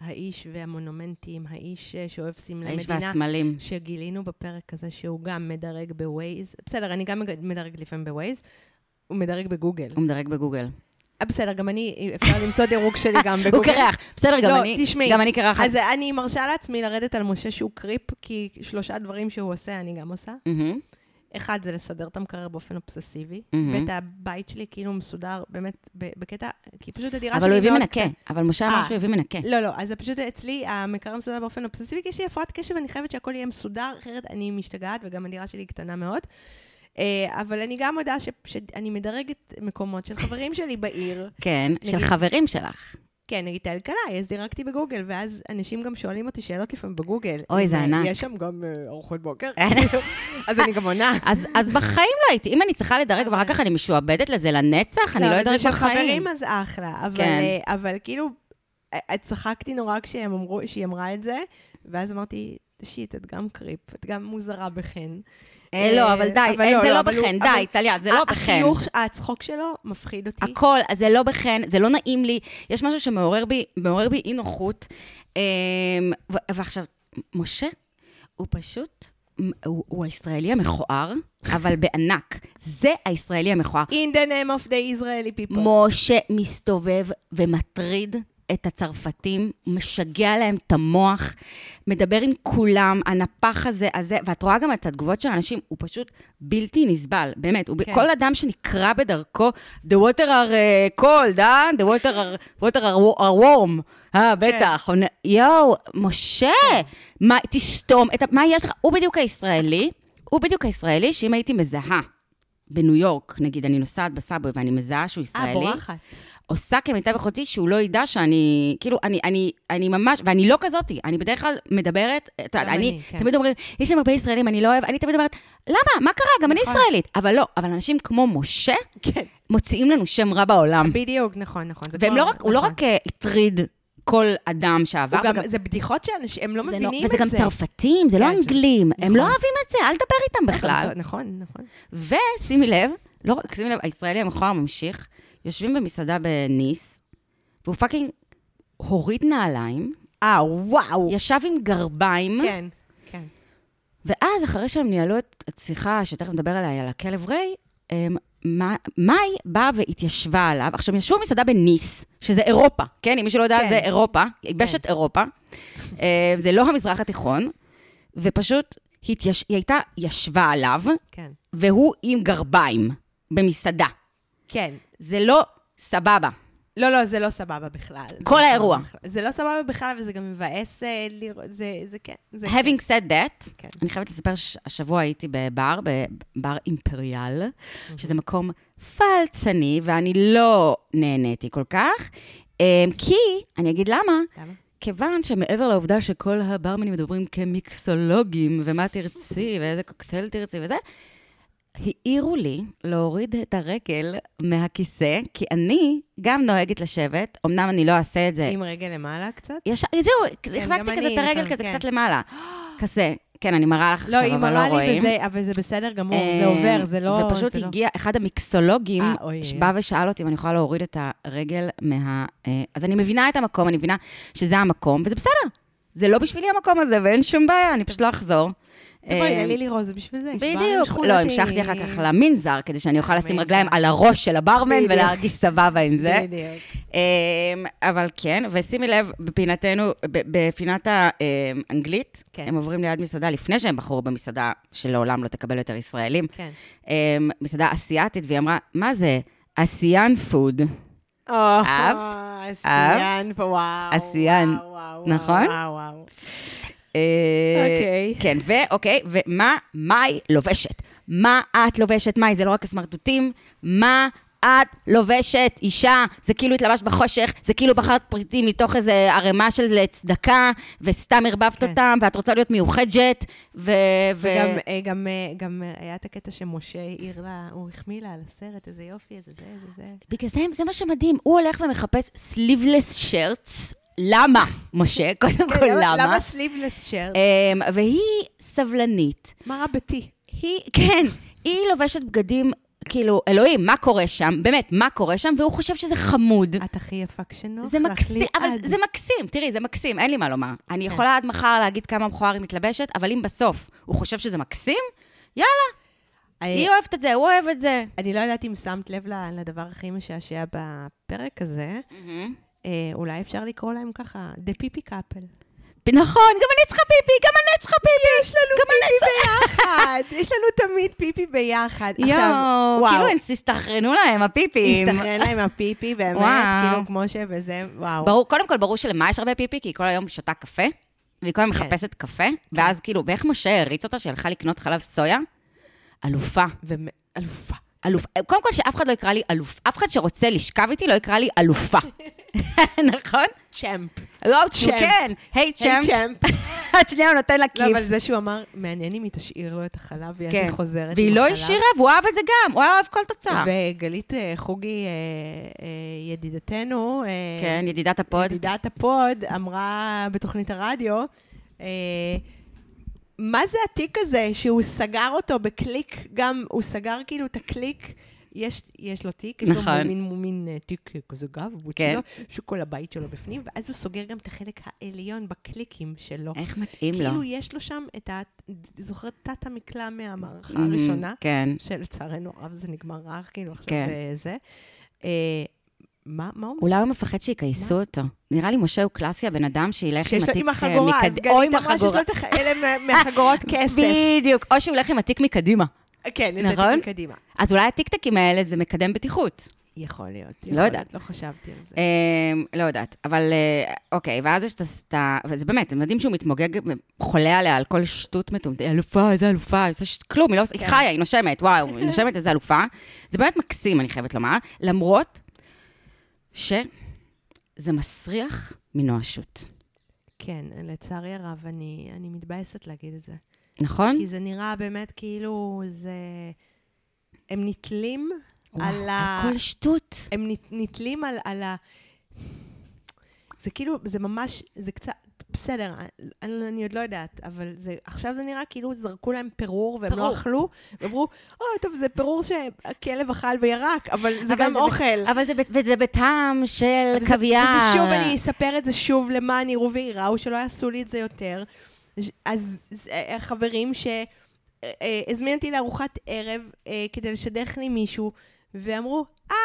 האיש והמונומנטים, האיש אה, שאוהב סמלי האיש מדינה, והסמלים. שגילינו בפרק הזה שהוא גם מדרג בווייז. בסדר, אני גם מג- מדרג לפעמים בווייז. הוא מדרג בגוגל. הוא מדרג בגוגל. אה, בסדר, גם אני, אפשר למצוא דירוג שלי גם בגוגל. הוא קרח, בסדר, גם לא, אני, תשמעי, גם אני קרחת. אז אני מרשה לעצמי לרדת על משה שהוא קריפ, כי שלושה דברים שהוא עושה, אני גם עושה. מהמם. אחד, זה לסדר את המקרר באופן אובססיבי. מהמם. ואת הבית שלי כאילו מסודר, באמת, ב- בקטע, כי פשוט הדירה שלי אבל הוא הביא מאוד מנקה, אבל משה אמר אה. שהוא הביא מנקה. לא, לא, אז זה פשוט אצלי, המקרר מסודר באופן אובססיבי, כי יש לי הפרעת קשב, אני חייבת שהכל יהיה מסודר, אחרת אני משתגעת, וגם הדירה שלי היא קטנה מאוד. אה, אבל אני גם מודה ש- שאני מדרגת מקומות של חברים שלי בעיר. כן, של נגיד- חברים שלך. כן, נגיד תל קלעי, אז דירקתי בגוגל, ואז אנשים גם שואלים אותי שאלות לפעמים בגוגל. אוי, זה אם, אה, ענק. יש שם גם אה, <laughs> ארוחות בוקר, <laughs> אז אני גם עונה. אז, אז בחיים לא הייתי, אם אני צריכה לדרג ואחר כך אני משועבדת לזה לנצח, אני לא אבל אדרג זה של בחיים. חברים אז אחלה, אבל, כן. אה, אבל כאילו, אה, אה, צחקתי נורא כשהם אמרו, כשהיא אמרה את זה, ואז אמרתי, שיט, את גם קריפ, את גם מוזרה בחן. אה, לא, אבל די, אבל אה, לא, זה לא, לא אבל הוא- בחן, אבל- די, טליה, זה לא ה- בחן. החיוך, הצחוק שלו מפחיד אותי. הכל, אז זה לא בחן, זה לא נעים לי, יש משהו שמעורר בי, מעורר בי אי נוחות. אמ, ו- ועכשיו, משה, הוא פשוט, מ- הוא, הוא הישראלי המכוער, אבל בענק. זה הישראלי המכוער. In the name of the Israeli people. משה מסתובב ומטריד את הצרפתים, משגע להם את המוח, מדבר עם כולם, הנפח הזה, הזה, ואת רואה גם את התגובות של האנשים, הוא פשוט בלתי נסבל, באמת. הוא, כן. כן. כל אדם שנקרא בדרכו, the water are uh, cold, אה? the water are, water are, are warm. אה, בטח. כן. יואו, משה, מה, תסתום, את, ה- מה יש לך? הוא בדיוק הישראלי, הוא בדיוק הישראלי, שאם הייתי מזהה. בניו יורק, נגיד, אני נוסעת בסאבווי ואני מזהה שהוא אה, ישראלי, בורחת. <laughs> עושה כמיטב יכולתי שהוא לא ידע שאני, כאילו, אני, אני, אני ממש, ואני לא כזאתי, אני בדרך כלל מדברת, את יודעת, גם אני, אני, כן. תמיד אומרים, יש שם הרבה ישראלים, אני לא אוהב, אני תמיד אומרת, למה? מה קרה? גם אני נכון. ישראלית. אבל לא, אבל אנשים כמו משה, כן, מוציאים לנו שם רע בעולם. בדיוק, נכון, נכון. זה והם כמו- לא רק, הוא לא נכון. רק אה, הטריד כל אדם שעבר, הוא גם- וגם- זה בדיחות שאנשים, הם לא זה נו- מבינים את זה. וזה גם צרפתים, זה לא כן, זה- אנגלים, הם נכון. לא אוהבים את זה, אל תדבר איתם בכלל. נכון, נכון. ושימי לב, לא רק, שימי לב, הישראלי המכוער ממשיך, יושבים במסעדה בניס, והוא פאקינג הוריד נעליים, אה, וואו. ישב עם גרביים, כן, כן. ואז אחרי שהם ניהלו את השיחה, שתכף נדבר עליה, על הכלב ריי, הם, מ- מאי באה והתיישבה עליו. עכשיו, הם ישבו במסעדה בניס, שזה אירופה, כן? אם מישהו לא יודע, כן. זה אירופה, יבשת אירופה. אה, זה לא המזרח התיכון, ופשוט התייש... היא הייתה, ישבה עליו, כן. והוא עם גרביים, במסעדה. כן. זה לא סבבה. לא, לא, זה לא סבבה בכלל. זה כל לא האירוע. סבבה בכלל. זה לא סבבה בכלל, וזה גם מבאס אה, לראות, זה זה כן. זה כן. Having said that, כן. אני חייבת לספר שהשבוע הייתי בבר, בבר אימפריאל, שזה מקום פלצני, ואני לא נהניתי כל כך, אמ, כי, אני אגיד למה, למה? כיוון שמעבר לעובדה שכל הברמנים מדברים כמיקסולוגים, ומה תרצי, ואיזה קוקטייל תרצי וזה, העירו לי להוריד את הרגל מהכיסא, כי אני גם נוהגת לשבת, אמנם אני לא אעשה את זה. עם רגל למעלה קצת? ישר, זהו, גם החזקתי כזה אני את הרגל לפעמים, כזה כן. קצת למעלה. <gasps> כזה, כן, אני מראה לך לא, עכשיו, היא אבל לא מראה לי רואים. וזה, אבל זה בסדר גמור, זה עובר, זה לא... אה, ופשוט זה לא- הגיע אחד המיקסולוגים, אה, אוי, אוי. שבא ושאל אותי אם אני יכולה להוריד את הרגל מה... אה, אז אני מבינה את המקום, אני מבינה שזה המקום, וזה בסדר. זה לא בשבילי המקום הזה, ואין שום בעיה, אני פשוט לא אחזור. תבואי, אה, לילי רוז, בשביל זה. יש ברים בדיוק. לא, שכונתיים. המשכתי אחר כך למנזר, כדי שאני אוכל לשים מנזר. רגליים על הראש של הברמן בדיוק. ולהרגיש סבבה עם זה. בדיוק. אמ, אבל כן, ושימי לב, בפינתנו, ב- בפינת האנגלית, כן. הם עוברים ליד מסעדה לפני שהם בחרו במסעדה שלעולם לא תקבל יותר ישראלים. כן. אמ, מסעדה אסיאתית, והיא אמרה, מה זה? אסיאן פוד. אהבת? אסיאן, וואו. אסיאן. וואו, וואו, נכון? וואו, וואו. אוקיי. אוקיי. כן, ואוקיי, ומה מאי לובשת? מה את לובשת, מאי? זה לא רק הסמרטוטים, מה את לובשת, אישה? זה כאילו התלבשת בחושך, זה כאילו בחרת פריטים מתוך איזו ערימה של צדקה, וסתם ערבבת כן. אותם, ואת רוצה להיות מיוחדת, ו... ו- וגם, אה, גם, אה, גם אה, היה את הקטע שמשה העיר לה, הוא החמיא לה על הסרט, איזה יופי, איזה זה, איזה זה. בגלל זה, זה מה שמדהים, הוא הולך ומחפש סליבלס שרץ. למה, משה? <laughs> קודם כל, כן, למה? כן, למה סליבלס שר? אמ, והיא סבלנית, מה רבתי? היא, כן, היא לובשת בגדים, כאילו, אלוהים, מה קורה שם? באמת, מה קורה שם? והוא חושב שזה חמוד. את הכי יפה כשנוח זה לך, מקסים, אבל ליעד. זה מקסים, תראי, זה מקסים, אין לי מה לומר. אני יכולה עד מחר להגיד כמה מכוער היא מתלבשת, אבל אם בסוף הוא חושב שזה מקסים, אה, היא אוהבת את זה, הוא אוהב את זה. אני לא יודעת אם שמת לב ל- לדבר הכי משעשע בפרק הזה. אה, אולי אפשר לקרוא להם ככה, The Pipi Couple. נכון, גם אני צריכה פיפי, גם אני צריכה פיפי. יש לנו גם אני צריכה... אה, אחד, יש לנו תמיד פיפי ביחד. עכשיו, יואו, וואו. כאילו הם הסתכרנו להם, הפיפים. הסתכן להם הפיפי, באמת, <laughs> וואו. כאילו כמו ש... וזה, וואו. ברור, קודם כל, ברור שלמה יש הרבה פיפי, כי היא כל היום שותה קפה, והיא כל היום כן. מחפשת קפה, ואז כאילו, ואיך משה הריץ אותה שהלכה לקנות חלב סויה? אלופה. ואלופה. אלוף. קודם כל, שאף אחד לא יקרא לי אלוף. אף אחד שרוצה לשכב איתי לא יקרא לי אלופה. <laughs> נכון? צ'מפ. לא, צ'מפ. כן. היי צ'מפ. צ'מפ. <laughs> עד שנייה הוא נותן לה לא, כיף. אבל זה שהוא אמר, מעניין אם היא תשאיר לו את החלב, ואז כן. היא חוזרת עם החלב. והיא לא השאירה, והוא אהב את זה גם. הוא היה אוהב כל תוצאה. וגלית אה, חוגי, אה, אה, ידידתנו, אה, כן, ידידת הפוד. ידידת הפוד, אמרה בתוכנית הרדיו, אה, מה זה התיק הזה שהוא סגר אותו בקליק, גם הוא סגר כאילו את הקליק, יש, יש לו תיק, יש נכון. לו מין, מין, מין אה, תיק אה, כזה גבוט כן. שלו, שכל הבית שלו בפנים, ואז הוא סוגר גם את החלק העליון בקליקים שלו. איך מתאים לו. כאילו יש לו שם את ה... זוכרת תת המקלע מהמערכה Mm, הראשונה? כן. שלצערנו הרב זה נגמר רע, כאילו עכשיו כן. אה, זה. אה, מה מה הוא אולי הוא מפחד שיכייסו אותו. נראה לי משה הוא קלאסי הבן אדם שילך עם שיש לו התיק עם אה, החגורה, אז מקד- או גלית עם אמרה שיש החגורה. לו את הח- אלה <laughs> מה- מהחגורות כסף. בדיוק, או שהוא הולך עם התיק מקדימה. כן, את נכון? התיק קדימה. אז אולי הטיקטקים האלה זה מקדם בטיחות. יכול להיות. יכול לא להיות, יודעת. לא חשבתי על זה. אמ, לא יודעת, אבל אה, אוקיי, ואז יש את הס- את ה... וזה באמת, הם יודעים שהוא מתמוגג, חולה עליה על כל שטות מטומטמת, אלופה, איזה אלופה, איזה ש... כלום, היא לא... כן. היא חיה, היא נושמת, וואו, היא נושמת איזה אלופה. זה באמת מקסים, אני חייבת לומר, למרות שזה מסריח מנואשות, כן, לצערי הרב, אני אני מתבאסת להגיד את זה. נכון? כי זה נראה באמת כאילו זה... הם נתלים וואו, על ה... על כל שטות. הם נת- נתלים על, על ה... זה כאילו, זה ממש, זה קצת, בסדר, אני, אני עוד לא יודעת, אבל זה, עכשיו זה נראה כאילו זרקו להם פירור והם פירור. לא אכלו, ואמרו, אוי, טוב, זה פירור שהכלב אכל וירק, אבל זה אבל גם זה ב- אוכל. אבל זה, ב- וזה בטעם של וזה- קוויאר. וזה שוב, אני אספר את זה שוב למען יראו וייראו, שלא יעשו לי את זה יותר. אז- אז אה, חברים ש... אה, אה, הזמין אותי לארוחת ערב אה, כדי לשדך לי מישהו, ואמרו, אה,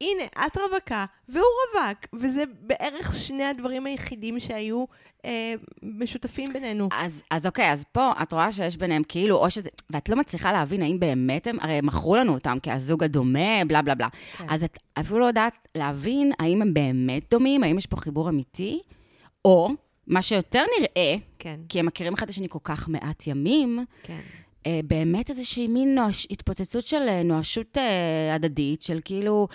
הנה, את רווקה, והוא רווק, וזה בערך שני הדברים היחידים שהיו אה, משותפים בינינו. אז, אז אוקיי, אז פה את רואה שיש ביניהם כאילו, או שזה... ואת לא מצליחה להבין האם באמת הם, הרי הם מכרו לנו אותם כהזוג הדומה, בלה בלה בלה. כן. אז את אפילו לא יודעת להבין האם הם באמת דומים, האם יש פה חיבור אמיתי, או מה שיותר נראה, כן, כי הם מכירים אחד את השני כל כך מעט ימים, כן. אה, באמת איזושהי מין נואש, התפוצצות של אה, נואשות אה, הדדית, של כאילו,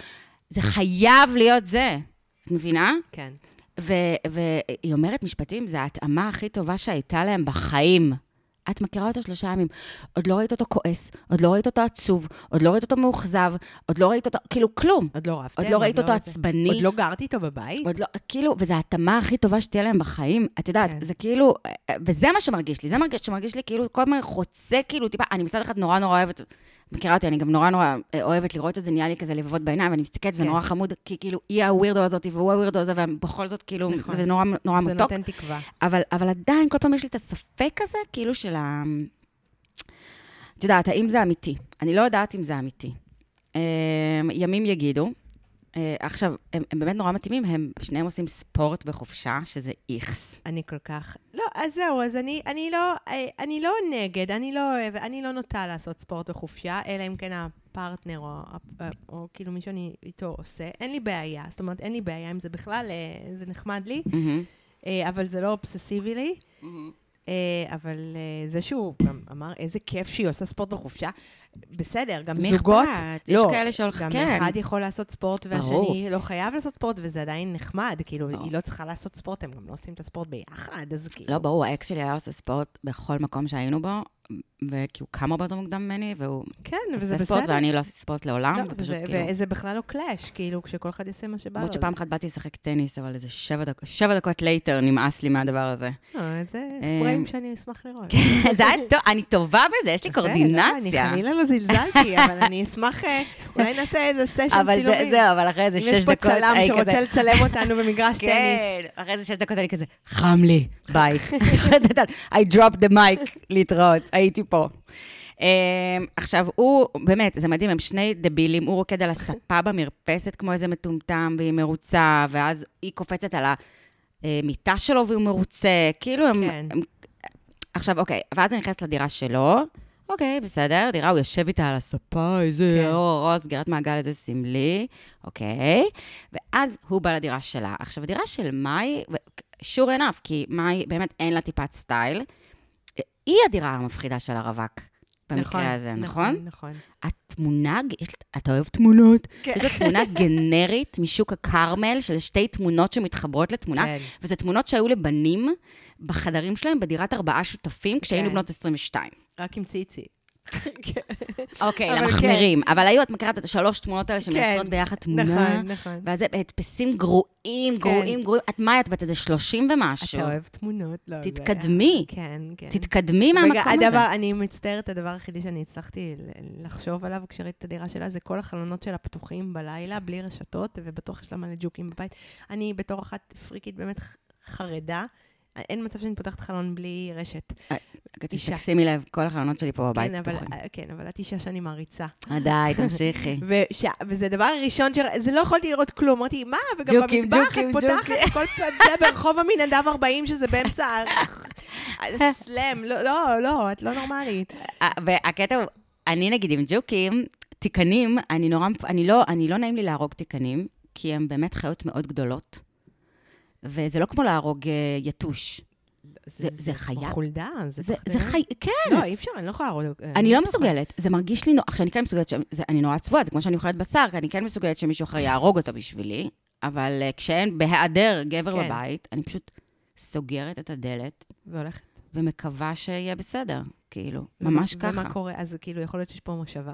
זה חייב להיות זה. את מבינה? כן. ו- והיא אומרת משפטים, זו ההתאמה הכי טובה שהייתה להם בחיים. את מכירה אותו שלושה ימים. עוד לא ראית אותו כועס, עוד לא ראית אותו עצוב, עוד לא ראית אותו מאוכזב, עוד לא ראית אותו, כאילו, כלום. עוד לא רבתם. עוד לא ראית אותו זה. עצבני. עוד לא גרתי איתו בבית. עוד לא, כאילו, וזו ההתאמה הכי טובה שתהיה להם בחיים. את יודעת, כן. כן. זה כאילו, וזה מה שמרגיש לי, זה מרגיש, שמרגיש לי כאילו כל הזמן חוצה, כאילו, טיפה, אני מצד אחד נורא נורא אוהבת, את מכירה אותי, אני גם נורא נורא אה, אוהבת לראות את זה, נהיה לי כזה לבבות בעיניים, ואני מסתכלת, וזה כן. נורא חמוד, כי כאילו, היא הווירדו הזאת, והוא הווירדו הזה, ובכל זאת, כאילו, נכון. זה נורא, נורא זה מתוק. נותן תקווה. אבל, אבל עדיין, כל פעם יש לי את הספק הזה, כאילו של ה... את יודעת, האם זה אמיתי? אני לא יודעת אם זה אמיתי. אמ, ימים יגידו. אה, עכשיו, הם, הם באמת נורא מתאימים, הם שניהם עושים ספורט בחופשה, שזה איכס. אני כל כך... לא, אז זהו, אז אני, אני, לא, אה, אני לא נגד, אני לא, אוהב- אני לא נוטה לעשות ספורט בחופשה, אלא אם כן הפרטנר או, או, או כאילו מי שאני איתו עושה. אין לי בעיה, זאת אומרת, אין לי בעיה עם זה בכלל, אה, זה נחמד לי, אה, אבל זה לא אובססיבי לי. אה, אבל אה, זה שהוא גם אמר, איזה כיף שהיא עושה ספורט בחופשה, בסדר, גם מי זוגות. לא. אכפת? יש כאלה שהולכים- גם כן. אחד יכול לעשות ספורט ברור. והשני לא חייב לעשות ספורט, וזה עדיין נחמד. כאילו, ברור. היא לא צריכה לעשות ספורט, הם גם לא עושים את הספורט ביחד, אז כאילו... לא, ברור, האקס שלי היה עושה ספורט בכל מקום שהיינו בו, וכי הוא קם הרבה יותר מוקדם ממני, והוא כן, וזה עושה ספורט, בסדר. ואני לא עושה ספורט לעולם, לא, ופשוט וזה- כאילו... וזה בכלל לא קלאש, כאילו, כשכל אחד יעשה מה שבא לו. למרות שפעם אחת באתי לשחק טניס, אבל איזה שבע דקות, שבע דקות לייטר נמאס לי מהדבר הזה. <laughs> לא, זה אה, ספריים שאני אשמח לראות. זה היה טוב, אני טובה בזה, יש לי יפה, לא, אני קורדינציה. חלילה לא <laughs> זלזלתי, אבל אני אשמח, אה, אולי נעשה איזה סשן אבל זה- צילומים. זהו, אבל אחרי איזה אם יש שש פה דקות, צלם אני כזה- שרוצה לצלם אותנו במגרש טניס. <laughs> כן, אחרי איזה שש דקות אני כזה, חם לי, <laughs> ביי. <laughs> I dropped the mic, להתראות, הייתי פה. Um, עכשיו, הוא, באמת, זה מדהים, הם שני דבילים, הוא רוקד על <laughs> הספה במרפסת כמו איזה מטומטם, והיא מרוצה, ואז היא קופצת על המיטה שלו והוא מרוצה, כאילו הם... כן. הם עכשיו, אוקיי, ואז אני נכנסת לדירה שלו, אוקיי, בסדר, דירה, הוא יושב איתה על הספה, איזה כן. אורו, סגירת מעגל, איזה סמלי, אוקיי. ואז הוא בא לדירה שלה. עכשיו, הדירה של מאי, ו- sure enough, כי מאי באמת אין לה טיפת סטייל, היא הדירה המפחידה של הרווק. במקרה נכון, הזה, נכון? נכון. התמונה, יש, אתה אוהב תמונות? כן. יש לה <laughs> תמונה גנרית משוק הכרמל של שתי תמונות שמתחברות לתמונה, כן. וזה תמונות שהיו לבנים בחדרים שלהם בדירת ארבעה שותפים כשהיינו כן. בנות 22. רק עם ציצי. <laughs> כן, אוקיי, אבל כן. למחמירים. אבל היו, את מכירה את השלוש תמונות האלה שמייצרות ביחד תמונה? נכון, נכון. ואז זה הדפסים גרועים, גרועים, גרועים. את מאי, את בת איזה 30 ומשהו. כן. אתה אוהב תמונות? לא, זה- תתקדמי. כן, כן. תתקדמי מהמקום רגע, הזה. הדבר, אני מצטערת, הדבר היחידי שאני הצלחתי ל- לחשוב עליו כשראיתי את הדירה שלה, זה כל החלונות שלה פתוחים בלילה, בלי רשתות, ובטוח יש לה מלא ג'וקים בבית. אני בתור אחת פריקית באמת ח- חרדה. אין מצב שאני פותחת חלון בלי רשת. אישה. תשימי אוקיי, לב, כל החלונות שלי פה בבית כן, אבל- פתוחים. כן, אבל את אישה שאני מעריצה. אה, די, תמשיכי. <laughs> וש... וזה הדבר הראשון של... זה לא יכולתי לראות כלום. אמרתי, מה? וגם ג'וקים, במטבח ג'וקים, את פותחת ג'וקים. כל פעם, זה ברחוב המנדב 40, שזה באמצע <laughs> ה- הסלאם. לא, לא, לא, את לא נורמלית. אה, והקטע הוא, אני נגיד עם ג'וקים, תיקנים, אני נורא, מפ- אני לא, אני לא נעים לי להרוג תיקנים, כי הם באמת חיות מאוד גדולות. וזה לא כמו להרוג אה, יתוש. זה- זה כמו חיה. חולדה, זה זה, פחדנות. זה חי... כן, לא, אי אפשר, אני לא יכולה להרוג. אני לא מסוגלת. זה מרגיש לי... נו- עכשיו, אני כן מסוגלת... ש- זה- אני נורא צבועה, זה כמו שאני אוכלת בשר, כי אני כן מסוגלת שמישהו אחר יהרוג אותו בשבילי, אבל אה, כשאין, בהיעדר גבר כן. בבית, אני פשוט סוגרת את הדלת והולכת. ומקווה שיהיה בסדר, כאילו, ממש ומה- ככה. ומה קורה? אז כאילו, יכול להיות שיש פה מושבה.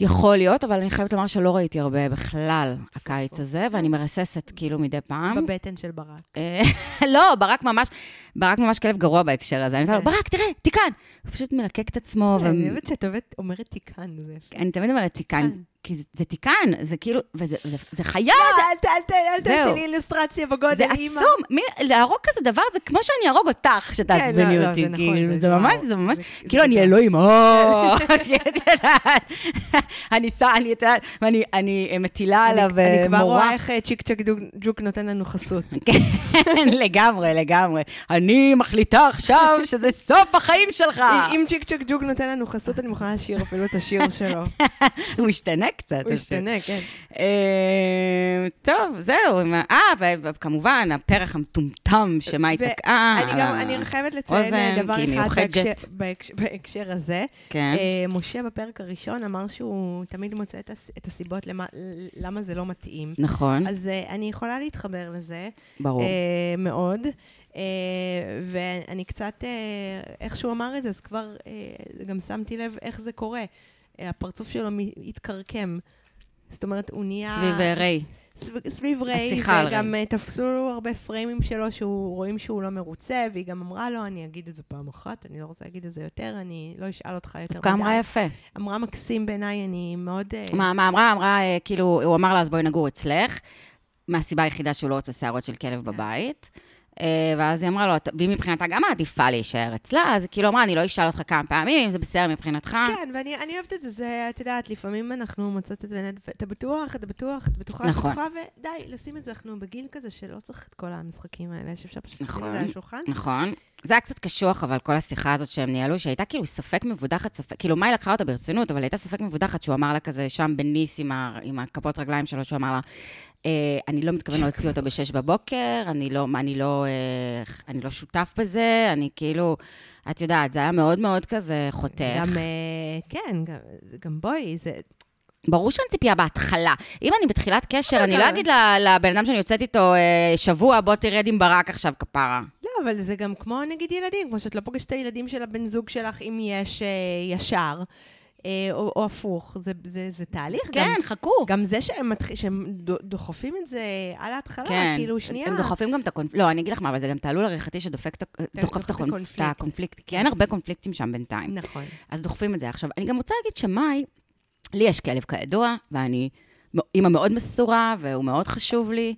יכול להיות, אבל אני חייבת לומר שלא ראיתי הרבה בכלל הקיץ הזה, ואני מרססת כאילו מדי פעם. בבטן של ברק. אה, <laughs> לא, ברק ממש, ברק ממש כלב גרוע בהקשר הזה. אני אומרת לו, כן. ברק, תראה, תיקן. הוא פשוט מלקק את עצמו. ו- אני אוהבת שאת אוהבת- אומרת תיקן. זה יפה. אני תמיד אומרת תיקן, תיקן. כי זה- זה תיקן, זה כאילו, וזה זה- זה חיה, אל ת- אל ת- אל תעשי זהו. לי אילוסטרציה בגודל, זה אימא. עצום. מי- להרוג כזה דבר, זה כמו שאני אהרוג אותך, כן, לא, שתעצבני לא, אותי. זה נכון, כאילו, זה- זה ממש, וואו. זה ממש, זה- כאילו, זה אני גם- <laughs> אלוהים, או, <laughs> כי את יודעת, <laughs> אני סע- אני, את יודעת, ואני אני מטילה אני עליו אני אה, כבר מורא. רואה איך אה, צ'יק צ'ק דוק- ג'וק נותן לנו חסות. כן, <laughs> לגמרי, לגמרי. אני מחליטה עכשיו שזה סוף החיים שלך. אם אם צ'יק צ'ק ג'וק נותן לנו חסות, אני מוכנה לשיר <laughs> אפילו את השיר שלו. הוא השתנה קצת. השיר. הוא השתנה, כן. אה, טוב, זהו. עם ה- אה, וכמובן, הפרח המטומטם שמאי ו- תקעה. אה, אני על גם, ה- אני חייבת לציין אוזן, אה, דבר כי היא אחד מיוחדת. בהקשר- בהקש- בהקשר הזה. כן. אה, משה בפרק הראשון אמר שהוא תמיד מוצא את הס- את הסיבות למה- למה זה לא מתאים. נכון, אז אה, אני יכולה להתחבר לזה. ברור. אה, מאוד. אה, ואני קצת, אה, איך שהוא אמר את זה, אז כבר אה, גם שמתי לב איך זה קורה. אה, הפרצוף שלו מ- התקרקם. זאת אומרת, הוא נהיה... סביב אה, ריי. סב- סביב ריי, השיחה על וגם אה, תפסו לו הרבה פריימים שלו, שהוא, רואים שהוא לא מרוצה, והיא גם אמרה לו, אני אגיד את זה פעם אחת, אני לא רוצה להגיד את זה יותר, אני לא אשאל אותך יותר דווקא אמרה יפה. אמרה מקסים בעיניי, אני מאוד... אה, מה, מה אמרה? אמרה, אה, כאילו, הוא אמר לה, אז בואי נגור אצלך, מהסיבה היחידה שהוא לא רוצה שערות של כן. כלב בבית. אה, ואז היא אמרה לו, "את- והיא מבחינתה גם עדיפה להישאר אצלה, אז היא כאילו אמרה, אני לא אשאל אותך כמה פעמים, אם זה בסדר מבחינתך. כן, ואני אני אוהבת את זה, זה, את יודעת, לפעמים אנחנו מוצאות את זה, ונד- אתה בטוח, אתה בטוח, את בטוחה, נכון. את בטוחה, ודי, לשים את זה, אנחנו בגיל כזה שלא צריך את כל המשחקים האלה, שאפשר פשוט לשים את נכון. זה על השולחן. נכון. זה היה קצת קשוח, אבל כל השיחה הזאת שהם ניהלו, שהייתה כאילו ספק מבודחת, ספק, כאילו מאי לקחה אותה ברצינות, אבל הייתה ספק מבודחת שהוא אמר לה כזה שם בניס עם, ה, עם הכפות רגליים שלו, שהוא אמר לה, אה, אני לא מתכוון להוציא אותו בשש בבוקר, אני לא, אני, לא, אה, אני לא שותף בזה, אני כאילו, את יודעת, זה היה מאוד מאוד כזה חותך. גם, אה, כן, גם, זה- גם בואי, זה... ברור שאין ציפייה בהתחלה. אם אני בתחילת קשר, אני גם- לא אגיד ל- לבן אדם שאני יוצאת איתו אה, שבוע, בוא תרד עם ברק עכשיו, כפרה. לא, אבל זה גם כמו נגיד ילדים, כמו שאת לא פוגשת את הילדים של הבן זוג שלך, אם יש אה, ישר, אה, או, או הפוך, זה, זה, זה תהליך. גם, כן, חכו. גם זה שהם, מתח... שהם דו- דוחפים את זה על ההתחלה, כאילו, שנייה. כן. הם דוחפים גם את הקונפליקט, לא, אני אגיד לך מה, אבל זה גם תעלול עריכתי שדוחף את ה- דוחף דוחף את את הקונפ- את הקונפליקט. הקונפליקט, כי אין הרבה קונפליקטים שם בינתיים. נכון. אז דוחפים את זה. עכשיו, אני גם רוצה להגיד שמאי, לי יש כלב כידוע, ואני מ- אימא מאוד מסורה, והוא מאוד חשוב לי,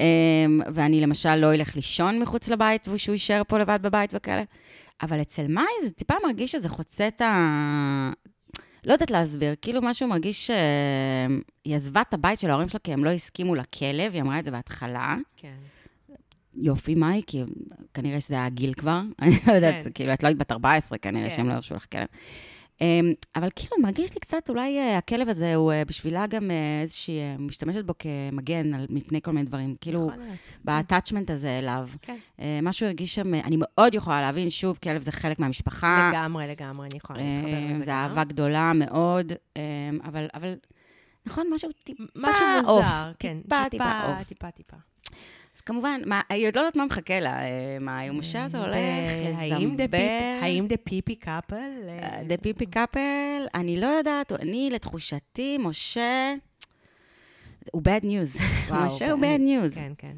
אמ, ואני למשל לא אלך לישון מחוץ לבית, ושהוא יישאר פה לבד בבית וכאלה. אבל אצל מאי זה טיפה מרגיש שזה חוצה את ה... לא יודעת להסביר, כאילו משהו מרגיש שהיא עזבה את הבית של ההורים שלה כי הם לא הסכימו לכלב, היא אמרה את זה בהתחלה. כן. יופי, מאי, כי כנראה שזה היה הגיל כבר. <laughs> אני לא יודעת, כן. כאילו, את לא היית בת 14, כנראה כן. שהם לא הרשו לך כלב. אמ, אבל כאילו, מרגיש לי קצת, אולי אה, הכלב הזה הוא אה, בשבילה גם אה, איזושהי, אה, משתמשת בו כמגן על- מפני כל מיני דברים. כאילו, יכול להיות. ב-attachment הזה אליו. נכון. כן. אה, משהו הרגיש שם, אה, אני מאוד יכולה להבין, שוב, כלב זה חלק מהמשפחה. אה, לגמרי, לגמרי, אני יכולה להתחבר אה, לזה. זה גם. אהבה גדולה מאוד, אה, אבל, אבל, נכון, משהו טיפה משהו אוף. מוזר, כן. טיפה, טיפה אוף. טיפה, טיפה. אז כמובן, מה, היא עוד לא יודעת מה מחכה לה, אה, מה, היום משה הזה הולך ב- האם the לזמבר. peep- האם the פיפי קאפל? אה, The <laughs> פיפי קאפל, אני לא יודעת, אני לתחושתי, משה... הוא bad news. <laughs> משה הוא bad news. כן, כן.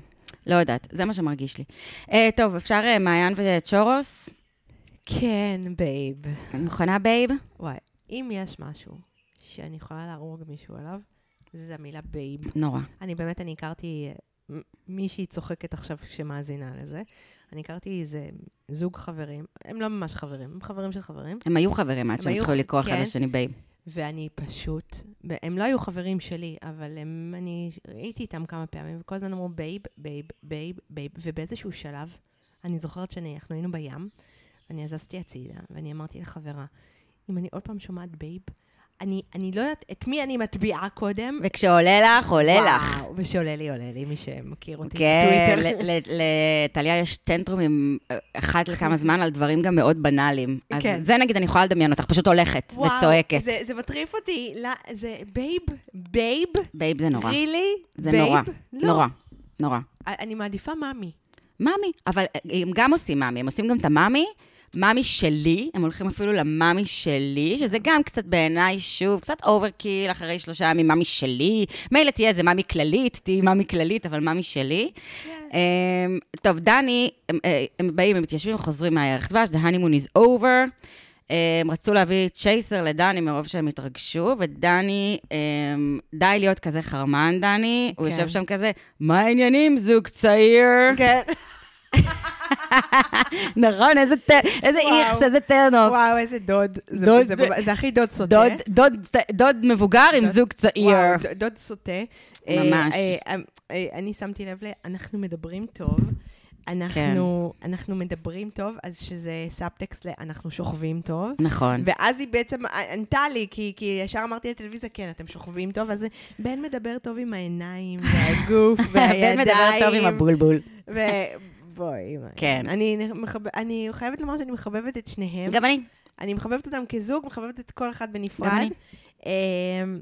לא יודעת, זה מה שמרגיש לי. אה, טוב, אפשר אה, מעיין וצ'ורוס? כן, בייב. אני מוכנה, בייב? וואי, אם יש משהו שאני יכולה להרוג מישהו עליו, זה המילה בייב. נורא. אני באמת, אני הכרתי אה, מ- מישהי צוחקת עכשיו כשמאזינה לזה. אני הכרתי איזה זוג חברים, הם לא ממש חברים, הם חברים של חברים. הם היו חברים עד הם שהם היו- התחילו לקרוא אחד כן. לשני בייב. ואני פשוט, הם לא היו חברים שלי, אבל הם, אני הייתי איתם כמה פעמים, וכל הזמן אמרו בייב, בייב, בייב, בייב, ובאיזשהו שלב, אני זוכרת שאנחנו היינו בים, ואני הזזתי הצידה, ואני אמרתי לחברה, אם אני עוד פעם שומעת בייב, אני, אני לא יודעת את מי אני מטביעה קודם. וכשעולה לך, עולה לך. וואו, ושעולה לי, עולה לי, מי שמכיר אותי כן, בטוויטר. ל- ל- לטליה יש טנטרומים אה, אחת לכמה זמן על דברים גם מאוד בנאליים. אז כן. זה נגיד, אני יכולה לדמיין אותך, פשוט הולכת וואו, וצועקת. זה, זה מטריף אותי, לא, זה בייב, בייב, בייב זה נורא. רילי, זה בייב? נורא. לא. נורא, נורא. אני מעדיפה מאמי. מאמי, אבל אה, הם גם עושים מאמי, הם עושים גם את המאמי. מאמי שלי, הם הולכים אפילו למאמי שלי, שזה גם קצת בעיניי, שוב, קצת אוברקיל אחרי שלושה ימים, מאמי שלי. מילא תהיה איזה מאמי כללית, תהיי מאמי כללית, אבל מאמי שלי. אמ, טוב, דני, הם, אה, הם באים, הם מתיישבים, חוזרים מהירח דבש, the honeymoon is over. הם רצו להביא צ'ייסר לדני מרוב שהם התרגשו, ודני, אמ, די להיות כזה חרמן, דני, הוא כן. יושב שם כזה, מה העניינים, זוג צעיר? כן. נכון, איזה ת- איזה וואו. איכס, איזה טרנוף. וואו, איזה דוד. זה- דוד- זה ממש- זה הכי דוד סוטה. דוד- דוד- דוד מבוגר עם דוד- זוג צעיר. וואו, ד- דוד סוטה. אה, ממש. אה, אה, אה, אני שמתי לב ל... אנחנו מדברים טוב, אנחנו, כן. אנחנו מדברים טוב, אז שזה סאבטקסט ל"אנחנו שוכבים טוב". נכון. ואז היא בעצם ענתה לי, כי, כי ישר אמרתי לטלוויזיה, כן, אתם שוכבים טוב, אז בן מדבר טוב עם <laughs> העיניים, והגוף, והידיים. בן מדבר טוב עם הבולבול. ו... בואי, כן. אני, מחב... אני חייבת לומר שאני מחבבת את שניהם. גם אני. אני מחבבת אותם כזוג, מחבבת את כל אחד בנפרד. גם אני. אמ,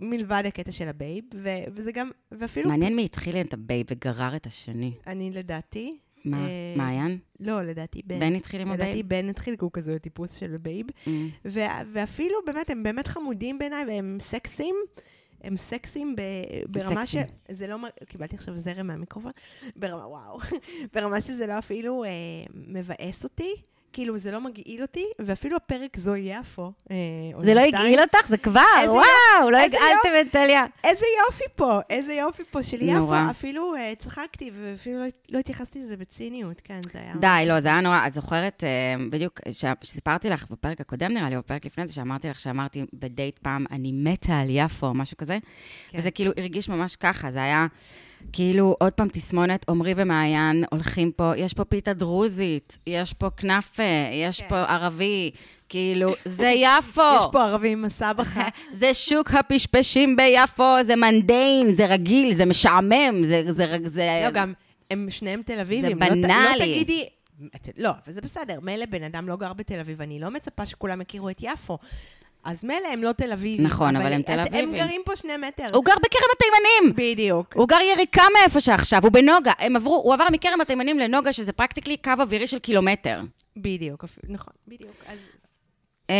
מלבד הקטע של הבייב, ו... וזה גם, ואפילו... מעניין מי התחיל את הבייב וגרר את השני. אני לדעתי... מה, אה, מעיין? לא, לדעתי בן. בן התחיל עם לדעתי הבייב? בן התחיל, כי הוא כזה טיפוס של בייב. אמ, ו- ואפילו באמת, הם באמת חמודים בעיניי, והם סקסים. הם סקסים ב- ברמה ש... סקסים. זה לא... מ- קיבלתי עכשיו זרם מהמיקרופון. <laughs> ברמה, וואו. <laughs> ברמה שזה לא אפילו אה, מבאס אותי. כאילו, זה לא מגעיל אותי, ואפילו הפרק זו יפו. אה, זה לא עונה שתיים. הגעיל אותך? זה כבר, איזה וואו, לא איזה הגעלתם את טליה. איזה יופי פה, איזה יופי פה של יפו. נורא. אפילו אה, צחקתי, ואפילו לא, לא התייחסתי לזה בציניות, כן, זה היה... די, לא, זה היה נורא. את זוכרת, אה, בדיוק, ש- שסיפרתי לך בפרק הקודם, נראה לי, או בפרק לפני זה, שאמרתי לך שאמרתי בדייט פעם, אני מתה על יפו, או משהו כזה? כן. וזה כאילו הרגיש ממש ככה, זה היה כאילו, עוד פעם תסמונת, עמרי ומעיין הולכים פה, יש פה פיתה דרוזית, יש פה כנאפה, יש כן. פה ערבי, <laughs> כאילו, זה יפו. <laughs> יש פה ערבים עם הסבא חי. זה שוק הפשפשים ביפו, זה מנדיין, זה רגיל, זה משעמם, זה... זה, זה... לא, גם, הם שניהם תל אביבים. זה לא ת- בנאלי. לא תגידי... את- לא, אבל זה בסדר, מילא בן אדם לא גר בתל אביב, אני לא מצפה שכולם יכירו את יפו. אז מילא הם לא תל אביבים. נכון, אבל הם את- תל הם אביבים. אוקיי. גרים פה שני מטר. הוא גר בכרם התימנים! בדיוק. הוא גר יריקה מאיפה שעכשיו, הוא בנוגה. הם עברו, הוא עבר מכרם התימנים לנוגה, שזה פרקטיקלי קו אווירי של קילומטר. בדיוק, אפ- נכון, בדיוק. אז... אמ,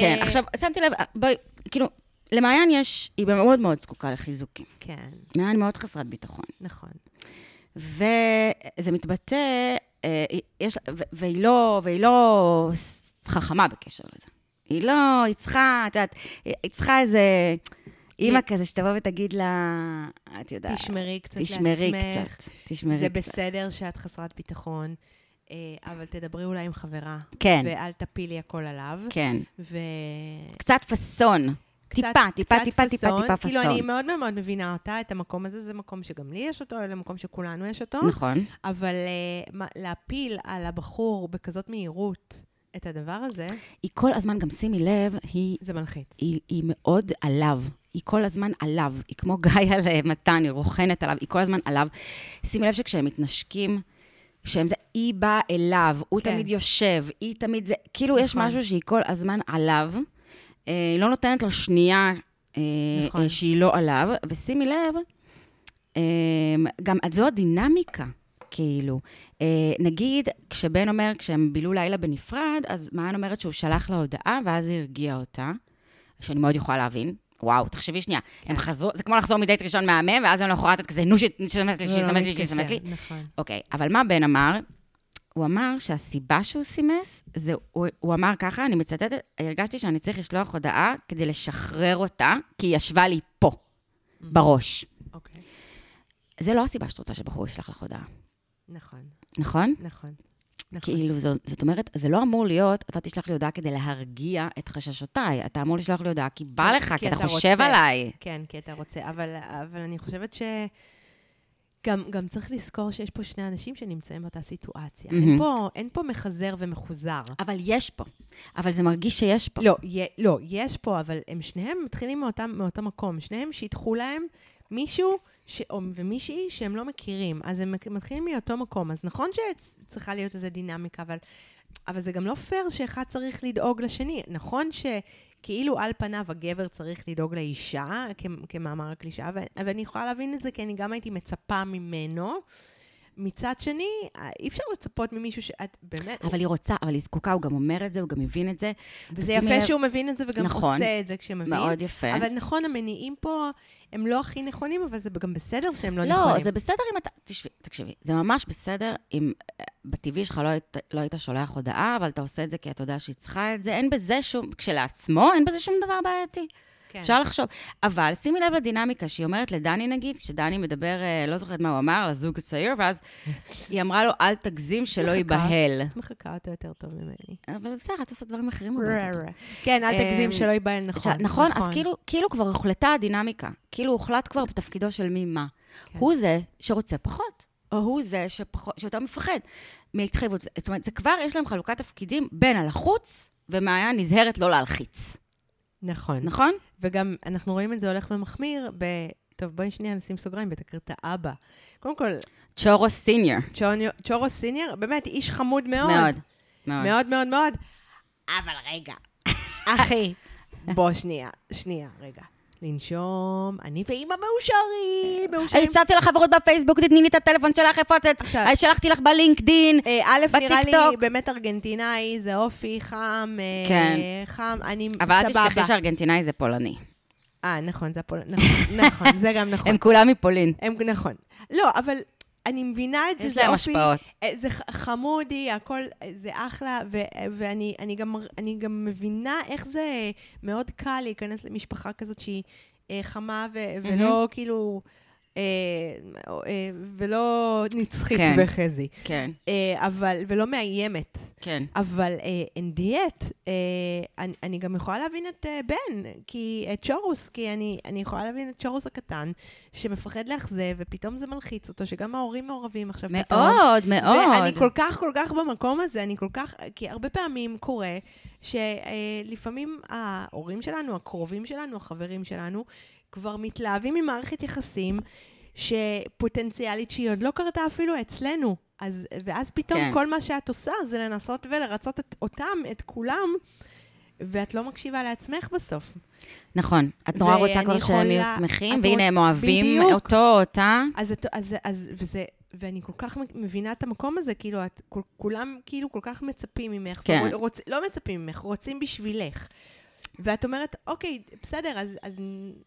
כן, אה, עכשיו, שמתי לב, בואי, כאילו, למעיין יש, היא מאוד מאוד זקוקה לחיזוקים. כן, מעיין מאוד חסרת ביטחון. נכון. וזה מתבטא, אה, יש, לה- ו- והיא לא, והיא לא חכמה בקשר לזה. היא לא, היא צריכה, את יודעת, היא היא צריכה איזה אימא כזה שתבוא ותגיד לה, את יודעת, תשמרי קצת לעצמך. אה, תשמרי קצת, תשמרי זה קצת. בסדר שאת חסרת ביטחון, אה, אבל תדברי אולי עם חברה. כן. ואל תפילי הכל עליו. כן. ו... קצת פאסון. טיפה, טיפה, קצת טיפה, טיפה, טיפה כאילו, אני פאסון. מאוד מאוד מאוד מבינה אותה, את המקום הזה, זה מקום שגם לי יש אותו, אלא מקום שכולנו יש אותו. נכון. אבל אה, מה- להפיל על הבחור בכזאת מהירות את הדבר הזה, היא כל הזמן, גם שימי לב, היא זה מלחיץ. היא, היא מאוד עליו. היא כל הזמן עליו. היא כמו גיא <laughs> על אה, מתן, היא רוכנת עליו, היא כל הזמן עליו. שימי לב שכשהם מתנשקים, כשהם זה, היא באה אליו, הוא כן. תמיד יושב, היא תמיד זה, כאילו יש נכון. משהו שהיא כל הזמן עליו. אה, היא לא נותנת לו שנייה אה, נכון. אה, שהיא לא עליו, ושימי לב, אה, גם את- זו הדינמיקה, כאילו. אה, נגיד, כשבן אומר, כשהם בילו לילה בנפרד, אז מעיין אומרת שהוא שלח לה הודעה, ואז היא הרגיעה אותה, שאני מאוד יכולה להבין. וואו, תחשבי שנייה, כן. הם חזרו, זה כמו לחזור מדייט ראשון מהמם, ואז יום למחרת את כזה, נו, ש- שתסמס לי, זה לא שתסמס לי, מתיישב, שתסמס לי. נכון. אוקיי, אבל מה בן אמר? הוא אמר שהסיבה שהוא סימס, זה, הוא, הוא אמר ככה, אני מצטטת, הרגשתי שאני צריך לשלוח הודעה כדי לשחרר אותה, כי היא ישבה לי פה, בראש. אוקיי. זה לא הסיבה שאת רוצה שבחור ישלח לך הודעה, נכון, נכון? נכון. נכון. כאילו, זאת, זאת אומרת, זה לא אמור להיות, אתה תשלח לי הודעה כדי להרגיע את חששותיי. אתה אמור לשלוח לי הודעה כי בא לך, כי, אתה, חושב לא, רוצה. עליי. כן, כי אתה רוצה, אבל, אבל אני חושבת ש... גם, גם צריך לזכור שיש פה שני אנשים שנמצאים באותה סיטואציה. אין, מהמם. פה, אין פה מחזר ומחוזר. אבל יש פה. אבל זה מרגיש שיש פה. לא, יה, לא, יש פה, אבל הם שניהם מתחילים מאותם- מאותו מקום. שניהם שיתחו להם מישהו ש, או, ומישהי שהם לא מכירים. אז הם מק- מתחילים מאותו מקום. אז נכון שצריכה להיות איזו דינמיקה, אבל, אבל זה גם לא פייר שאחד צריך לדאוג לשני. נכון שכאילו על פניו הגבר צריך לדאוג לאישה, כ, כמאמר הקלישאה, ו- ואני יכולה להבין את זה כי אני גם הייתי מצפה ממנו. מצד שני, אי אפשר לצפות ממישהו שאת באמת... אבל היא רוצה, אבל היא זקוקה, הוא גם אומר את זה, הוא גם מבין את זה. וזה ושימי יפה לב- שהוא מבין את זה וגם נכון. עושה את זה כשמבין. מאוד יפה. אבל נכון, המניעים פה הם לא הכי נכונים, אבל זה גם בסדר שהם לא, לא, נכונים. זה בסדר אם אתה... תשבי, תקשיבי, זה ממש בסדר אם אה, בטבעי שלך לא, היית- לא היית שולח הודעה, אבל אתה עושה את זה כי אתה יודע שהיא צריכה את זה. אין בזה שום... כשלעצמו, אין בזה שום דבר בעייתי. כן. אפשר לחשוב. אבל שימי לב לדינמיקה שהיא אומרת לדני, נגיד, כשדני מדבר, אה, לא זוכרת מה הוא אמר, לזוג הצעיר, ואז היא אמרה לו, אל תגזים, שלא מחכה. ייבהל. את מחקה אותו יותר טוב ממני. אבל בסדר, את עושה דברים אחרים. הרבה יותר טוב. כן, אל תגזים, אמ, שלא ייבהל, נכון. עכשיו, נכון, אז כאילו, כאילו כבר הוחלטה הדינמיקה. כאילו הוחלט כבר בתפקידו של מי מה. כן. הוא זה שרוצה פחות. או הוא זה שפחות, שיותר מפחד מהתחייבות. זאת אומרת, זה כבר, יש להם חלוקת תפקידים בין הלחוץ ומעיה נזהרת לא להלחיץ, נכון. נכון? וגם אנחנו רואים את זה הולך ומחמיר ב... טוב, בואי שנייה נשים סוגריים בתקרית האבא. קודם כל, צ'ורו סיניור. צ'וניו- צ'ורו סיניור, באמת, איש חמוד מאוד. מאוד. מאוד. אה- מאוד מאוד מאוד. אבל רגע, אחי, בוא שנייה, שנייה, רגע. לנשום, אני ואימא מאושרים, מאושרים. הצעתי לחברות בפייסבוק, תתני לי את הטלפון שלך, איפה את? עכשיו. אה, שלחתי לך בלינקדין. אה, א', נראה לי בטיקטוק. באמת ארגנטינאי, זה אופי חם, אה, כן. חם, אני סבבה. אבל אל תשכחי שארגנטינאי זה פולני. אה, נכון, זה הפול... נכון, נכון, זה גם <laughs> נכון. הם כולם מפולין. הם, נכון. לא, אבל אני מבינה את זה, יש זה להם אופי, השפעות. אה, זה ח- חמודי, הכל, אה, זה אחלה, ו, אה, ואני אני גם, אני גם מבינה איך זה מאוד קל להיכנס למשפחה כזאת שהיא אה, חמה ו, ולא כאילו, אה, אה, ולא נצחית כן. וחזי, כן, אה, אבל, ולא מאיימת. כן. אבל אה, אין דיאט, אה, אני, אני גם יכולה להבין את אה, בן, כי את צ'ורוס, כי אני, אני יכולה להבין את צ'ורוס הקטן, שמפחד לאכזב, ופתאום זה מלחיץ אותו, שגם ההורים מעורבים עכשיו פתאום. מאוד, מאוד. ואני כל כך, כל כך במקום הזה, אני כל כך, כי הרבה פעמים קורה שלפעמים ההורים שלנו, הקרובים שלנו, החברים שלנו, כבר מתלהבים ממערכת יחסים שפוטנציאלית שהיא עוד לא קרתה אפילו אצלנו. אז, ואז פתאום כן. כן. כל מה שאת עושה זה לנסות ולרצות את אותם, את כולם, ואת לא מקשיבה לעצמך בסוף. נכון. את נורא ואני רוצה כבר שהם יהיו יכולה- שמחים, את והנה הם רוצ- אוהבים בדיוק. אותו, אותה. אז, את, אז, אז וזה, ואני כל כך מבינה את המקום הזה, כאילו, את, כל, כולם כאילו כל כך מצפים ממך. כן. ורוצ, לא מצפים ממך, רוצים בשבילך. ואת אומרת, אוקיי, בסדר, אז, אז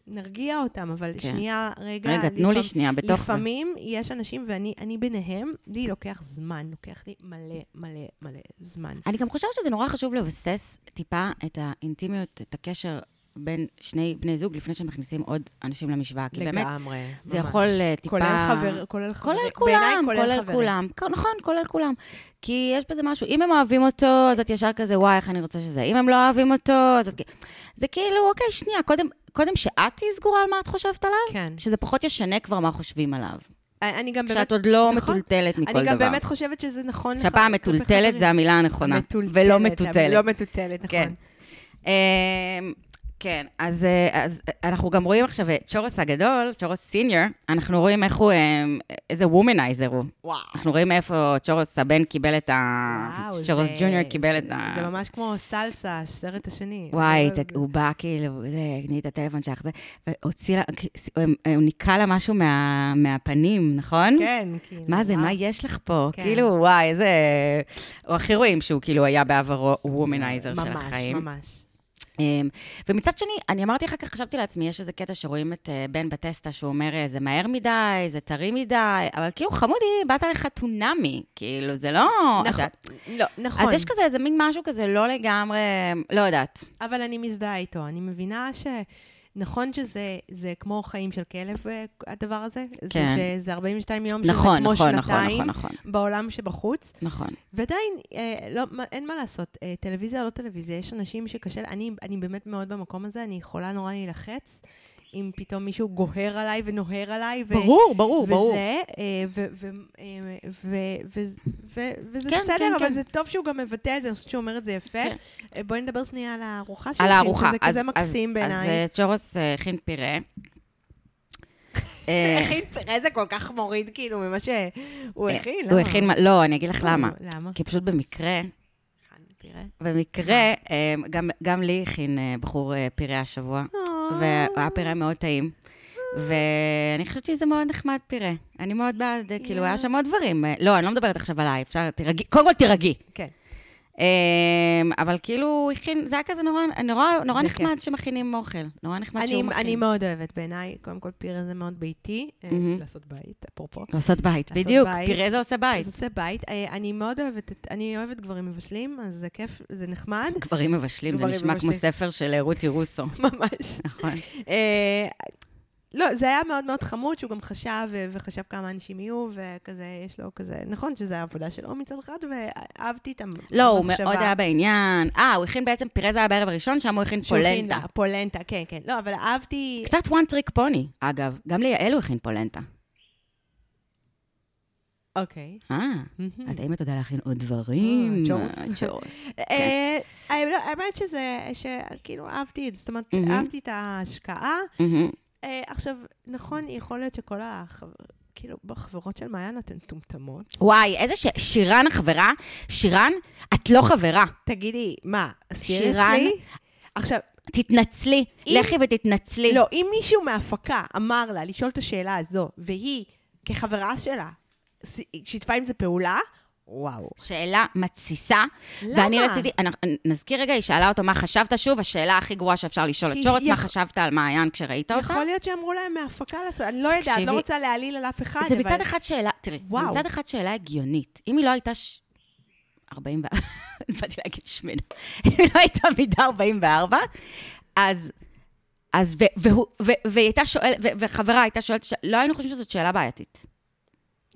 נרגיע אותם, אבל כן. כן. שנייה, רגע. רגע, תנו לי לפעמים- שנייה, בתוך זה. לפעמים יש אנשים, ואני אני ביניהם, לי לוקח זמן, לוקח לי מלא מלא מלא זמן. אני גם חושבת שזה נורא חשוב לבסס טיפה את האינטימיות, את הקשר בין שני בני זוג, לפני שמכניסים עוד אנשים למשוואה. כי באמת, לגמרי, זה יכול אה, טיפה... כולל חבר, כולל חבר, כולל בעיניי כולם, כולל חברים. כולם. כ- נכון, כולל כולם. כי יש בזה משהו, אם הם אוהבים אותו, אז את ישר כזה, וואי, איך אני רוצה שזה. אם הם לא אוהבים אותו, אז את... כ- זה כאילו, אוקיי, שנייה, קודם, קודם שאת תהיי סגורה על מה את חושבת עליו, כן. שזה פחות ישנה כבר מה חושבים עליו. אני גם באמת כשאת עוד לא נכון. מטולטלת מכל דבר. אני גם באמת חושבת שזה נכון. שהפעם לך- כלפי מטולטלת חברים. זה המילה הנכונה. ולא מטוטלת. לא מטוטלת, נכון. כן. אמ, כן, אז, אה, אז אנחנו גם רואים עכשיו את צ'ורס הגדול, צ'ורס סיניור, אנחנו רואים איך הוא, אמ, איזה וומנייזר הוא. וואו. אנחנו רואים איפה צ'ורס הבן קיבל את ה... וואו, צ'ורס זה- ג'וניור קיבל את זה- לא ה... זה ממש כמו סלסה, הסרט השני. אה. וואי, אבל- לא- ת- הוא בא כאילו, זה, תני את הטלפון שלך, זה, והוציא לה, כ- הוא- הוא ניקה לה משהו מה- מהפנים, נכון? כן, כאילו. מה זה, וואו. מה יש לך פה? כן. כאילו, וואי, איזה... או הכי רואים שהוא כאילו היה בעברו וומנייזר של החיים. ממש, ממש. אמ, ומצד שני, אני אמרתי אחר כך, חשבתי לעצמי, יש איזה קטע שרואים את אה, בן בטסטה, שהוא אומר, אה, זה מהר מדי, זה טרי מדי, אבל כאילו, חמודי, באת לחתונמי, כאילו, זה לא... נכון, אתה- לא, נכון. אז יש כזה איזה מין משהו כזה לא לגמרי, לא יודעת. אבל אני מזדהה איתו. אני מבינה ש... נכון שזה זה כמו חיים של כלב, אה, הדבר הזה? כן. זה, שזה 42 יום, נכון, שזה כמו נכון, נכון, שנתיים נכון, נכון, בעולם שבחוץ. נכון. ועדיין, אה, לא, מה- אין מה לעשות, אה, טלוויזיה או לא טלוויזיה, יש אנשים שקשה, לה- אני, אני באמת מאוד במקום הזה, אני יכולה נורא להילחץ, אם פתאום מישהו גוהר עליי ונוהר עליי. ו- ברור, וזה, אה, ו- ו- אה, ו- ו- ו- וזה כן, בסדר, כן, אבל כן. זה טוב שהוא גם מבטא את זה, אני חושבת שהוא אומר את זה יפה. כן. אה, בואי נדבר שנייה על הארוחה על שהכין, הארוחה. שזה אז- כזה אז- מקסים אז בעיניי. אה, צ'ורוס אה, הכין <laughs> פירה. אה, הכין פרה זה כל כך מוריד, כאילו, ממה שהוא אה, הכין. הוא למה? הכין... מה- לא, אני אגיד לך למה. כן. למה? כי פשוט במקרה... הכין פרה. במקרה, אה, גם, גם לי הכין אה, בחור אה, פירה השבוע, אה. והיה פירה מאוד טעים. ואני חושבת שזה מאוד נחמד פירה. אני מאוד בעד, אה, כאילו, יאה. היה שם עוד דברים. אה, לא, אני לא מדברי עכשיו עליי, אפשר, תירגעי, קודם כל תירגעי. כן. אה, אבל כאילו, הוא הכין, זה היה כזה נורא, נורא, נורא זה נחמד שמכינים אוכל. נורא נחמד אני, שהוא מכין. אני מאוד אוהבת בעיניי, קודם כל פירה זה מאוד ביתי, אה, מהמם. לעשות בית, אפרופו. לעשות בית, לעשות בדיוק. בית. פירה זה עושה בית. אז עושה בית, אה, אני מאוד אוהבת, את- אני אוהבת גברים מבשלים, אז זה כיף, זה נחמד, גברים מבשלים, זה גברים נשמע כמו מבשלים. ספר של אה, רותי רוסו. <laughs> ממש. נכון. אה, לא, זה היה מאוד מאוד חמוד, שהוא גם חשב, אה, וחשב כמה אנשים יהיו, וכזה, יש לו כזה, נכון שזה העבודה שלו מצד אחד, ואהבתי את המחשבה. לא, הוא מאוד היה בעניין. אה, הוא הכין בעצם, פירה זה היה בערב הראשון, שם הוא הכין שהוא הכין פולנטה. לה, פולנטה, כן, כן. לא, אבל אהבתי... קצת one trick pony, אגב. גם ליעל הוא הכין פולנטה. אוקיי. אה, אז האם את יודעה להכין עוד דברים? אה, ג'וס. אה, ג'וס. אה, האמת שזה, שכאילו אהבתי את זה, זאת אומרת, מהמם. אהבתי את ההשקעה. <laughs> מהמם. אה, עכשיו, נכון, יכול להיות שכל החבר... כאילו, בחברות של מעיין אתן מטומטמות. וואי, איזה ש... שירן החברה. שירן, את לא חברה. תגידי, מה, שירן? סיריוסלי? עכשיו, תתנצלי. אם- לכי ותתנצלי. לא, אם מישהו מההפקה אמר לה לשאול את השאלה הזו, והיא, כחברה שלה, ס- שיתפה עם זה פעולה, וואו. שאלה מתסיסה. למה? ואני רציתי, אנ- נזכיר רגע, היא שאלה אותו מה חשבת שוב, השאלה הכי גרועה שאפשר לשאול את כי שורץ, מה יכ- חשבת על מעיין כשראית אותה? יכול להיות שאמרו להם מההפקה לעשות, אני לא יודעת, תקשיבי, לא רוצה להעליל על אף אחד, זה אבל... מצד אחד שאלה, תראי, זה וואו. מצד אחד שאלה הגיונית. אם היא לא הייתה... ש- 40 ו... <laughs> באתי להגיד שמנה. אם היא לא הייתה מידה 44, אז... אז, ו- והוא- ו- והיא הייתה שואלת, ו- וחברה הייתה שואלת, ש- לא היינו חושבים שזאת שאלה בעייתית.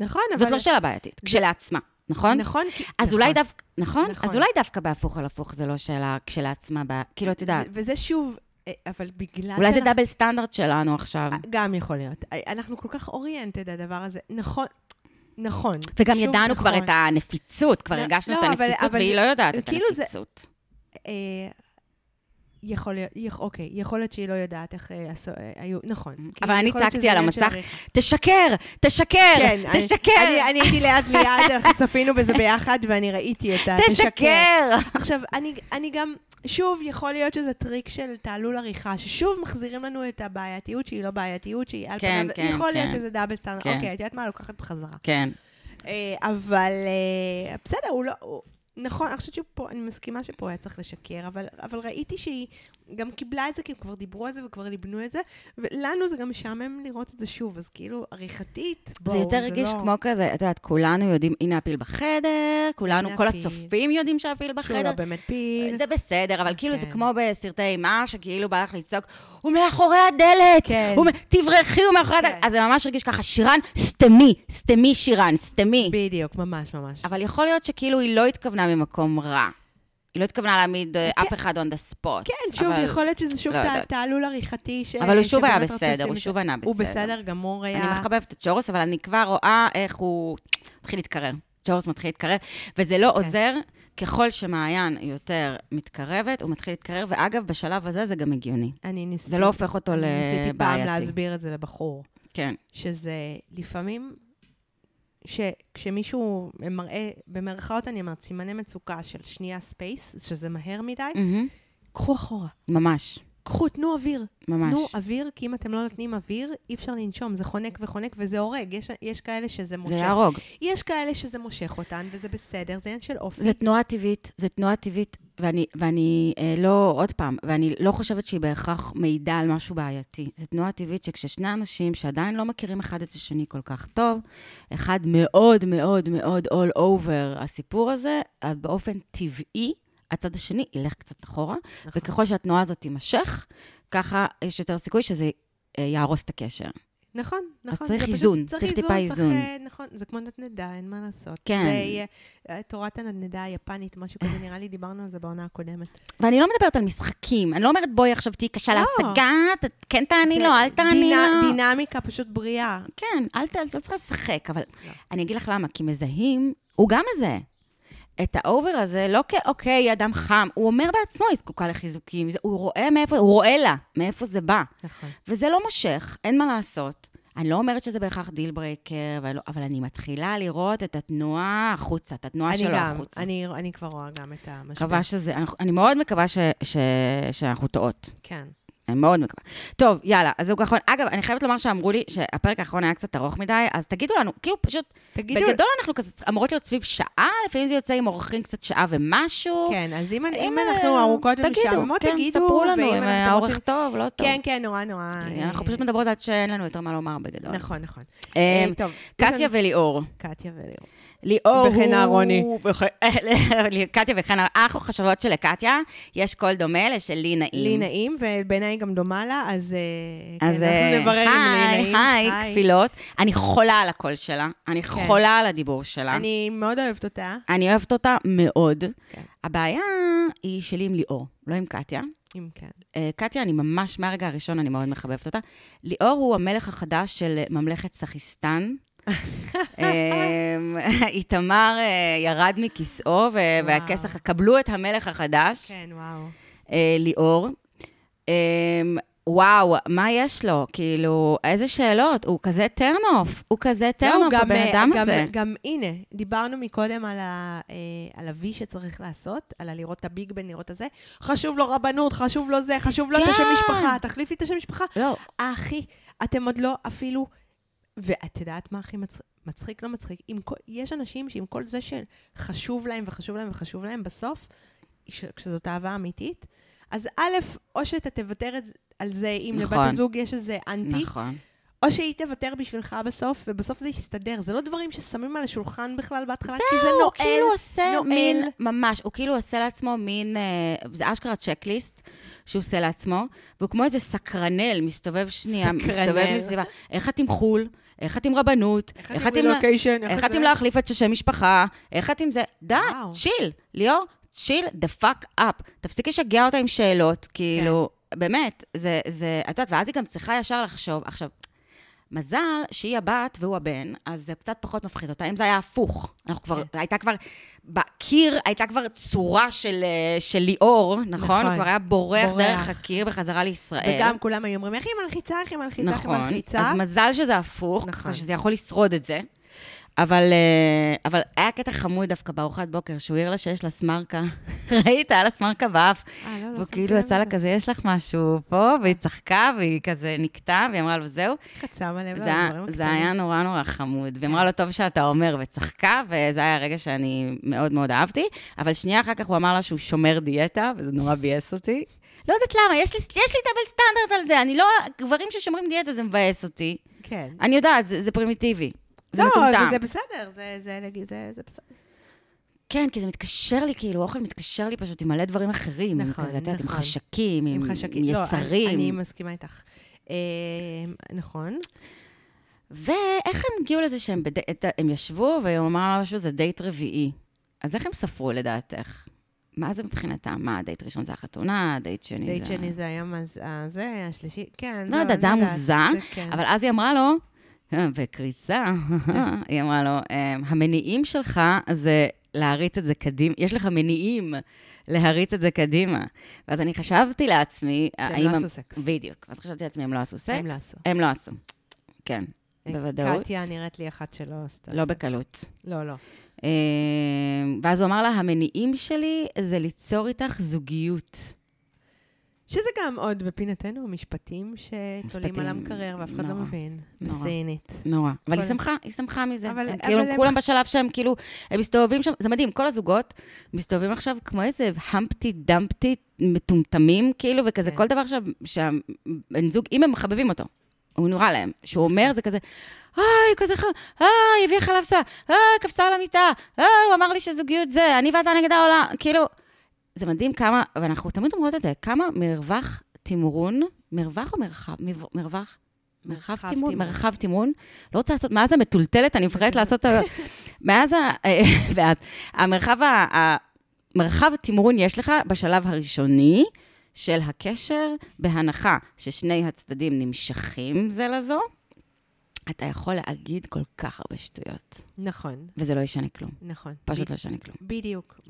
נכון, אבל... זאת לא שאלה בעייתית, כשלעצמה, נכון? נכון, כי- אז נכון. אולי דווקא, נכון? נכון. אז אולי דווקא בהפוך על הפוך זה לא שאלה כשלעצמה, ב- כאילו, את יודעת, זה- וזה שוב, אה, אבל בגלל... אולי זה שאנחנו- אה, דאבל סטנדרט שלנו עכשיו. גם יכול להיות. אה, אנחנו כל כך אוריינטד, הדבר הזה. נכון, נכון. וגם שוב, ידענו כבר נכון. את הנפיצות, כבר לא, הרגשנו לא, את אבל- הנפיצות, אבל והיא לא יודעת את כאילו זה- הנפיצות. אה, יכול להיות, יכ- אוקיי, יכול להיות שהיא לא יודעת איך אה, עשו- אה, היו, נכון. אבל כי אני יכול להיות צעקתי שזה על עניין של המסך, עריכה. תשקר, תשקר, כן, אני- תשקר, אני- אני הייתי ליד <laughs> ליד, אנחנו צפינו בזה ביחד, ואני ראיתי את ה... תשקר. עכשיו, אני, אני גם, שוב, יכול להיות שזה טריק של תעלול עריכה, ששוב מחזירים לנו את הבעייתיות שהיא לא בעייתיות, שהיא על כן, פניו, כן, יכול להיות כן. שזה דאבל סטנדרט, כן. אוקיי, את יודעת מה? לוקחת בחזרה. כן. אה, אבל אה, בסדר, הוא לא... הוא... נכון, אני חושבת שפה, אני מסכימה שפה היה צריך לשקר, אבל, אבל ראיתי שהיא גם קיבלה את זה, כי הם כבר דיברו על זה וכבר ליבנו את זה, ולנו זה גם משעמם לראות את זה שוב, אז כאילו, עריכתית, זה בואו, יותר הרגיש לא... כמו כזה, את יודעת, כולנו יודעים, הנה הפיל בחדר, כולנו, הנה כל הפיל. הצופים יודעים שהפיל שהוא בחדר. לא באמת פיל. זה בסדר, אבל כאילו זה כן. כמו בסרטי אימה, שכאילו בא לך לצעוק, הוא מאחורי הדלת! כן. הוא מ- תברחי, הוא מאחורי הדלת! כן. אז זה ממש הרגיש ככה, שירן, סתמי, סתמי שירן, סתמי. בדיוק, ממש ממש. אבל יכול להיות שכאילו היא לא התכוונה ממקום רע. היא לא התכוונה להעמיד אה, אף אחד on the spot. כן, שוב, אבל- יכול להיות שזה שוב לא ת- יודעת. תעלול עריכתי ש... אבל הוא שוב היה שבאמת רצו בסדר, לשים הוא את- שוב ענה הוא בסדר. בסדר גמור היה. אני מחבבת את ג'ורוס, אבל אני כבר רואה איך הוא מתחיל להתקרר. ג'ורוס מתחיל להתקרר, וזה לא כן. עוזר. ככל שמעיין יותר מתקרבת, הוא מתחיל להתקרר, ואגב, בשלב הזה זה גם הגיוני. אני ניסיתי... זה לא הופך אותו אני ניסיתי פעם לבעייתי. להסביר את זה לבחור. כן. שזה לפעמים, שכשמישהו מראה, במרכאות אני אומרת, סימני מצוקה של שנייה ספייס, שזה מהר מדי, מהמם. קחו אחורה. ממש, קחו, תנו אוויר. ממש. תנו אוויר, כי אם אתם לא נותנים אוויר, אי אפשר לנשום. זה חונק וחונק וזה הורג. יש, יש כאלה שזה זה מושך. להרוג. יש כאלה שזה מושך אותן, וזה בסדר, זה עניין של אופי. זה תנועה טבעית, זה תנועה טבעית, ואני, ואני אה, לא, עוד פעם, ואני לא חושבת שהיא בהכרח מעידה על משהו בעייתי. זו תנועה טבעית שכששני אנשים שעדיין לא מכירים אחד את השני כל כך טוב, אחד מאוד מאוד מאוד all over הסיפור הזה, אז באופן טבעי, הצד השני ילך קצת אחורה, נכון. וככל שהתנועה הזאת תימשך, ככה יש יותר סיכוי שזה אה, יהרוס את הקשר. נכון, נכון. צריך זה פשוט- איזון, צריך טיפה איזון. צריך, אה, נכון, זה כמו נדנדה, אין מה לעשות. כן. זה יהיה אה, תורת הנדנדה היפנית, משהו כזה, נראה לי דיברנו על זה בעונה הקודמת. ואני לא מדברת על משחקים, אני לא אומרת בואי עכשיו תהיי קשה לא. להשגה, ת- כן תעני זה לו, אל תעני דינה- לו. דינמיקה פשוט בריאה. כן, אל ת... את לא צריכה לשחק, אבל לא. אני אגיד לך למה, כי מזהים, הוא גם מזהה. את האובר הזה, לא כאוקיי, היא אדם חם, הוא אומר בעצמו, היא זקוקה לחיזוקים, זה- הוא רואה מאיפה, הוא רואה לה, מאיפה זה בא. נכון. וזה לא מושך, אין מה לעשות. אני לא אומרת שזה בהכרח דיל ברייקר, ואני לא- אבל אני מתחילה לראות את התנועה החוצה, את התנועה אני שלו גם, לא החוצה. אני- אני כבר רואה גם את המשבר. מקווה שזה, אנחנו- אני מאוד מקווה ש- ש- שאנחנו טועות. כן. אני מאוד מקווה. טוב, יאללה, אז זוג האחרון. אגב, אני חייבת לומר שאמרו לי שהפרק האחרון היה קצת ארוך מדי, אז תגידו לנו, כאילו פשוט, תגידו... בגדול אנחנו כזה אמורות להיות סביב שעה, לפעמים זה יוצא עם אורחים קצת שעה ומשהו. כן, אז אם אם, אם אה, אנחנו ארוכות תגידו, ומשעממות, כן, תגידו. ספרו לנו ואם אם אתם האורך רוצים- טוב, לא טוב. כן, כן, נורא נורא. אנחנו אה, פשוט מדברות עד שאין לנו יותר מה לומר בגדול. נכון, נכון. אה, אה, טוב. יש קטיה לנו- וליאור. קטיה וליאור. ליאור הוא... וחן אהרוני. וכ- אה, <laughs> קטיה וחן אהרוני. אנחנו חושבות שלקטיה יש קול דומה לשל לי נעים. לי נעים, ובעיניי גם דומה לה, אז אה, אז כן, אנחנו אה, נברר עם לי היי, נעים. היי, כפילות. אני חולה על הקול שלה, אני כן. חולה על הדיבור שלה. אני מאוד אוהבת אותה. אני אוהבת אותה מאוד. כן. הבעיה היא שלי עם ליאור, לא עם קטיה. אם כן. אה, קטיה, אני <laughs> ממש, מהרגע הראשון אני מאוד מחבבת אותה. ליאור הוא המלך החדש של אה, ממלכת סחיסטן. אמ, איתמר אה, ירד מכיסאו, ו- והכסח, קבלו את המלך החדש, כן, וואו. אה, ליאור. אמ, וואו, מה יש לו? כאילו, איזה שאלות? הוא כזה טרנוף, הוא כזה זהו, טרנוף, גם, הבן אה, אדם גם- הזה. גם הנה, דיברנו מקודם על ה- אה, על ה-V שצריך לעשות, על הלראות את הביג בן, לראות את זה. חשוב לו רבנות, חשוב לו זה, חשוב לו את השם תזכן. משפחה, תחליפי את השם משפחה. לא, אה, אחי, אתם עוד לא אפילו... ואת יודעת מה הכי מצחיק? מצחיק, לא מצחיק. עם כל, יש אנשים שעם כל זה שחשוב להם וחשוב להם וחשוב להם, בסוף, ש, כשזאת אהבה אמיתית, אז א', או שאתה תוותר את, זה- על זה, אם נכון. לבת הזוג יש איזה אנטי, נכון. או שהיא תוותר בשבילך בסוף, ובסוף זה יסתדר. זה לא דברים ששמים על השולחן בכלל בהתחלה, כי זה הוא נועל. כאילו עושה לא, נועל. מין, ממש, הוא כאילו עושה לעצמו מין, אה, זה אשכרה צ'קליסט שהוא עושה לעצמו, והוא כמו איזה סקרנל, מסתובב שנייה, סקרנל. מסתובב מסביבה. איך את עם חו"ל? איך את עם רבנות? איך את עם לא, כן, ל- רילוקיישן? איך את עם להחליף את שם משפחה? איך את עם זה? די, וואו. צ'יל, ליאור, צ'יל דה פאק אפ. תפסיק לשגע אותה עם שאלות, כאילו, כן. באמת, זה, זה, את יודעת, ואז היא גם צריכה ישר לחשוב. עכשיו, מזל שהיא הבת והוא הבן, אז זה קצת פחות מפחיד אותה. אם זה היה הפוך, אנחנו כבר, כן. הייתה כבר, בקיר הייתה כבר צורה של, אה, של ליאור, נכון? נכון. הוא כבר היה בורח, בורח. דרך הקיר בחזרה לישראל. וגם כולם היו אומרים, איך היא מלחיצה, איך היא מלחיצה, איך היא נכון, מלחיצה. אז מזל שזה הפוך, נכון. ככה שזה יכול לשרוד את זה. אבל, אה, אבל היה קטע חמוד דווקא בארוחת בוקר, שהוא העיר לה שיש לה סמרקה. <laughs> ראית? היה לה סמרקה באף. אה, לא, לא והוא שמתי כאילו לב עשה לה לזה. כזה, יש לך משהו פה, והיא צחקה, והיא כזה נקטעה, והיא אמרה לו, זהו. איך את שמה לב זה לדברים היה- הקטנים? זה היה נורא נורא חמוד. והיא אמרה לו, טוב שאתה אומר, וצחקה, וזה היה רגע שאני מאוד מאוד אהבתי. אבל שנייה אחר כך הוא אמר לה שהוא שומר דיאטה, וזה נורא ביאס אותי. לא יודעת למה, יש לי, יש לי דאבל סטנדרט על זה. אני לא... גברים ששומרים דיאטה זה מבאס אותי. כן. אני יודעת, זה, זה פרימיטיבי. זה לא, מטומטם. זה בסדר, זה, זה, זה, זה, זה בסדר. כן, כי זה מתקשר לי, כאילו, אוכל מתקשר לי פשוט עם מלא דברים אחרים. נכון, נכון, כזה, את יודעת, עם נכון. חשקים, עם, עם חשקים. לא, יצרים. אני, אני מסכימה איתך. אה, נכון. ואיך הם הגיעו לזה שהם בד... את ה- הם ישבו, והיא אמרה לה משהו, זה דייט רביעי. אז איך הם ספרו לדעתך? מה זה מבחינתם? מה, דייט ראשון זה החתונה, דייט שני זה... דייט שני זה היה מז... אה, זה, השלישי, כן. לא יודעת, זה היה מוזר, זה כן. אבל אז היא אמרה לו, "אה, <laughs> בקריצה, היא אמרה לו, "אמ, המניעים שלך זה להריץ את זה קדימה, יש לך מניעים להריץ את זה קדימה. ואז אני חשבתי לעצמי, שהם האם לא הם- עשו סקס. בדיוק. אז חשבתי לעצמי, הם לא עשו סקס? הם לא עשו. הם לא עשו. כן, אה, בוודאות. קטיה נראית לי אחת שלא עשתה. לא סקס. בקלות. לא, לא. אמ, ואז הוא אמר לה, המניעים שלי זה ליצור איתך זוגיות. שזה גם עוד בפינתנו, משפטים שתולים משפטים, על המקרר ואף אחד לא נורא. מבין. נורא. בסינית. נורא. אבל כל- היא שמחה, היא שמחה מזה. אבל- אבל, אבל הם כאילו, הם- הם... כולם בשלב שהם כאילו, הם מסתובבים שם, זה מדהים, כל הזוגות מסתובבים עכשיו כמו איזה המפטי דמפטי מטומטמים, כאילו, וכזה, כן. כל דבר שה- שהבן זוג, אם הם מחבבים אותו, הוא נורא להם, שהוא אומר, זה כזה, איי, כזה חם, איי, הביא חלב סויה, איי, קפצה על המיטה, איי, הוא אמר לי שזוגיות זה, אני ואתה נגד העולם, כאילו, זה מדהים כמה, ואנחנו תמיד אומרות את זה, כמה מרווח תמרון, מרווח או מרחב, מרו- מרווח? מרחב מרחב תמרון, תמרון. מרחב תמרון. לא רוצה לעשות, מאז המטולטלת, אני מפחדת לעשות טעויות. מאז ה... <laughs> ואז, המרחב ה... ה- מרחב תמרון יש לך בשלב הראשוני של הקשר, בהנחה ששני הצדדים נמשכים זה לזו, אתה יכול להגיד כל כך הרבה שטויות, נכון, וזה לא ישנה כלום. נכון. פשוט ב- לא ישנה כלום. בדיוק.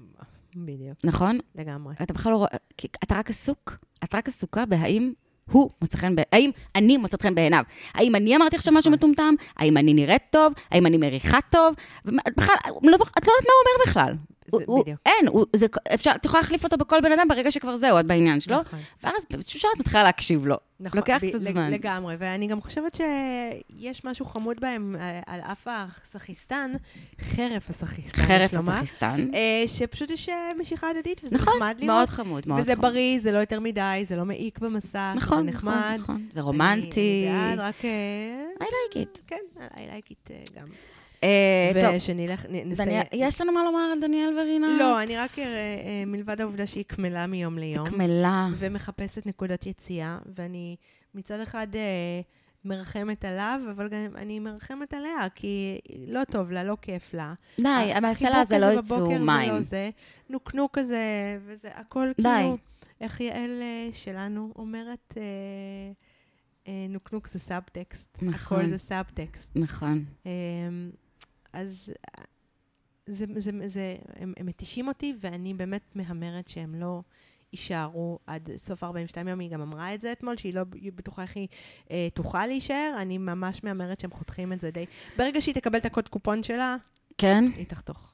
בדיוק, נכון? לגמרי. אתה בכלל לא רואה, כי אתה רק עסוק, את רק עסוקה בהאם הוא מוצא חן, ב- האם אני מוצאת חן בעיניו. האם אני אמרתי עכשיו משהו נכון. מטומטם? האם אני נראית טוב? האם אני מריחה טוב? ומה- בכלל, הוא לא- את לא יודעת מה הוא אומר בכלל. הוא- הוא- בדיוק. אין, הוא- זה- אפשר- את יכולה להחליף אותו בכל בן אדם ברגע שכבר זהו, את בעניין שלו. נכון. ואז באיזשהו שעה את מתחילה להקשיב לו. נכון, לוקח ב- קצת לג- זמן. לגמרי, ואני גם חושבת שיש משהו חמוד בהם, אה, על אף הסכיסטן, חרף הסכיסטן, חרף שלמה, הסכיסטן. אה, שפשוט יש אה, משיכה הדדית, וזה נכון, נחמד לראות. מאוד חמוד, מאוד וזה חמוד. בריא, זה לא יותר מדי, זה לא מעיק במסך, נכון, זה נכון, נחמד. נכון. זה אני- רומנטי. אני בעד, רק... אה, I like it. כן, I like it אה, גם. אה, טוב, ושנלך, נ- נסיים. דניאל- יש לנו מה לומר על דניאל ורינת? לא, אני רק אראה, אה, מלבד העובדה שהיא קמלה מיום ליום. קמלה. ומחפשת נקודת יציאה, ואני מצד אחד אה, מרחמת עליו, אבל גם אני מרחמת עליה, כי לא טוב לה, לא כיף לה. די, המעשה לה זה לא יצאו מים. החיבוק הזה בבוקר זה לא זה, נוקנוק כזה, וזה הכל די. כאילו... איך יעל אה, שלנו אומרת? אה, אה, נוקנוק זה סאבטקסט. נכון. הכל זה סאבטקסט. נכון. אה, אז אה, זה, זה, זה, הם, הם מתישים אותי, ואני באמת מהמרת שהם לא יישארו עד סוף 42 יום. היא גם אמרה את זה אתמול, שהיא לא בטוחה איך היא אה, תוכל להישאר. אני ממש מהמרת שהם חותכים את זה די. ברגע שהיא תקבל את הקוד קופון שלה, כן? היא תחתוך.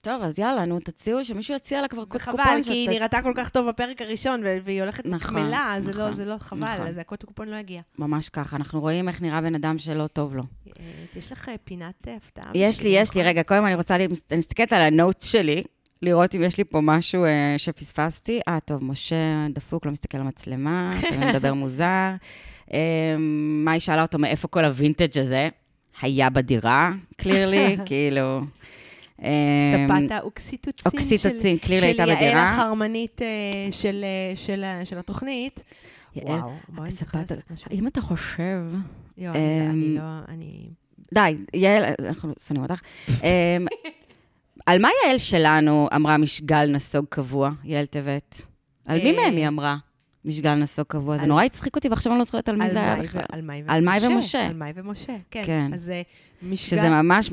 טוב, אז יאללה, נו, תציעו שמישהו יציע לה כבר קוד קופון. חבל, כי שאתה- היא נראתה כל כך טוב בפרק הראשון, ו- והיא הולכת נכון, קמלה, אז זה לא- נכון, זה לא חבל, נכון. אז הקוד קופון לא יגיע. ממש ככה, אנחנו רואים איך נראה בן אדם שלא טוב לו. אה, יש לך אה, פינת אה, הפתעה? יש לי, בשבילי, יש לי. נכון? רגע, קודם אני רוצה, לה- אני מסתכלת על הנוט שלי, לראות אם יש לי פה משהו אה, שפספסתי. אה, טוב, משה דפוק, לא מסתכל על המצלמה, אתה לא <laughs> מדבר מוזר. אה, מאי שאלה אותו מאיפה כל הווינטג' הזה? היה בדירה, <laughs> קלירלי, כאילו... אה, ספת האוקסיטוצין אוקסיטוצין, של- קליר הייתה של יעל בדירה. החרמנית אה, של, אה, של ה- של התוכנית. יעל, וואו, בואי נצטרך ספת- לעשות משהו. אם אתה חושב... יואו, אני- אמ, אני לא, אני... די, יעל, אנחנו שונאים אותך. אמ, על מה יעל שלנו אמרה משגל נסוג קבוע, יעל טבת? על מי אה, מהם היא אמרה משגל נסוג קבוע? זה על- נורא הצחיק אותי, ועכשיו אני לא זוכרת על מי על זה היה מאי ו- בכלל. על מאי על מאי ומשה. ומשה. על מאי ומשה, כן. כן. אז אה, שזה משגל ממש...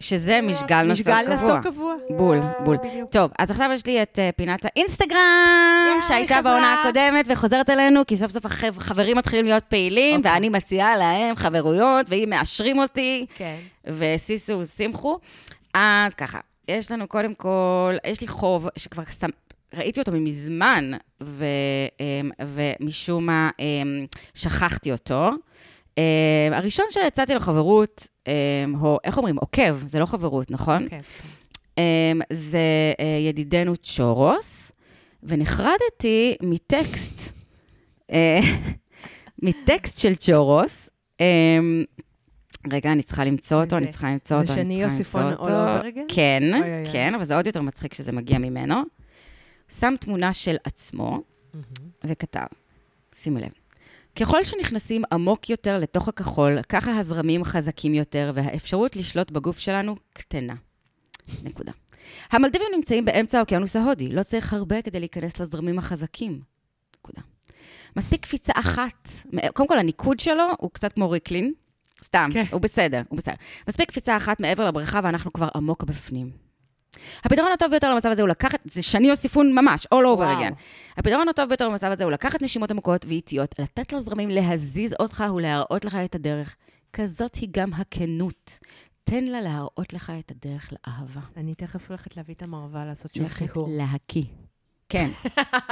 שזה משגל נסוג משגל קבוע. נסוג קבוע. אה, בול, בול. בדיוק. טוב, אז עכשיו יש לי את אה, פינת האינסטגרם, יאי, שהייתה חזרה. בעונה הקודמת וחוזרת אלינו, כי סוף סוף החברים מתחילים להיות פעילים, אוקיי. ואני מציעה להם חברויות, ואם מאשרים אותי, כן. וסיסו ושמחו. אז ככה, יש לנו קודם כל, יש לי חוב שכבר שם, ראיתי אותו מזמן, ו, אמ, ומשום מה אמ, שכחתי אותו. אמ, הראשון שיצאתי לו חברות, אמ, או איך אומרים, עוקב, זה לא חברות, נכון? כן. אמ, זה אה, ידידנו צ'ורוס, ונחרדתי מטקסט, אה, מטקסט של צ'ורוס. אמ, רגע, אני צריכה למצוא אותו, זה- אני צריכה למצוא אותו, זה אני שני צריכה יוסיפון לא? למצוא all אותו. over again? כן, אוי, אוי, אוי. כן, אבל זה עוד יותר מצחיק שזה מגיע ממנו. שם תמונה של עצמו וכתב, שימי לב, ככל שנכנסים עמוק יותר לתוך הכחול, ככה הזרמים חזקים יותר והאפשרות לשלוט בגוף שלנו קטנה. נקודה. המלדיבים נמצאים באמצע האוקיינוס ההודי, לא צריך הרבה כדי להיכנס לזרמים החזקים. נקודה. מספיק קפיצה אחת, מ- קודם כל הניקוד שלו הוא קצת כמו ריקלין, סתם, כן. הוא בסדר, הוא בסדר. מספיק קפיצה אחת מעבר לבריכה ואנחנו כבר עמוק בפנים. הפתרון הטוב ביותר למצב הזה הוא לקחת, זה שני יוסיפון ממש, all over וואו. again. הפתרון הטוב ביותר במצב הזה הוא לקחת נשימות עמוקות ואיטיות, לתת לזרמים להזיז אותך ולהראות לך את הדרך. כזאת היא גם הכנות. תן לה להראות לך את הדרך לאהבה. אני תכף הולכת להביא את המרווה לעשות שוב הולכת חיהור. להקיא. כן.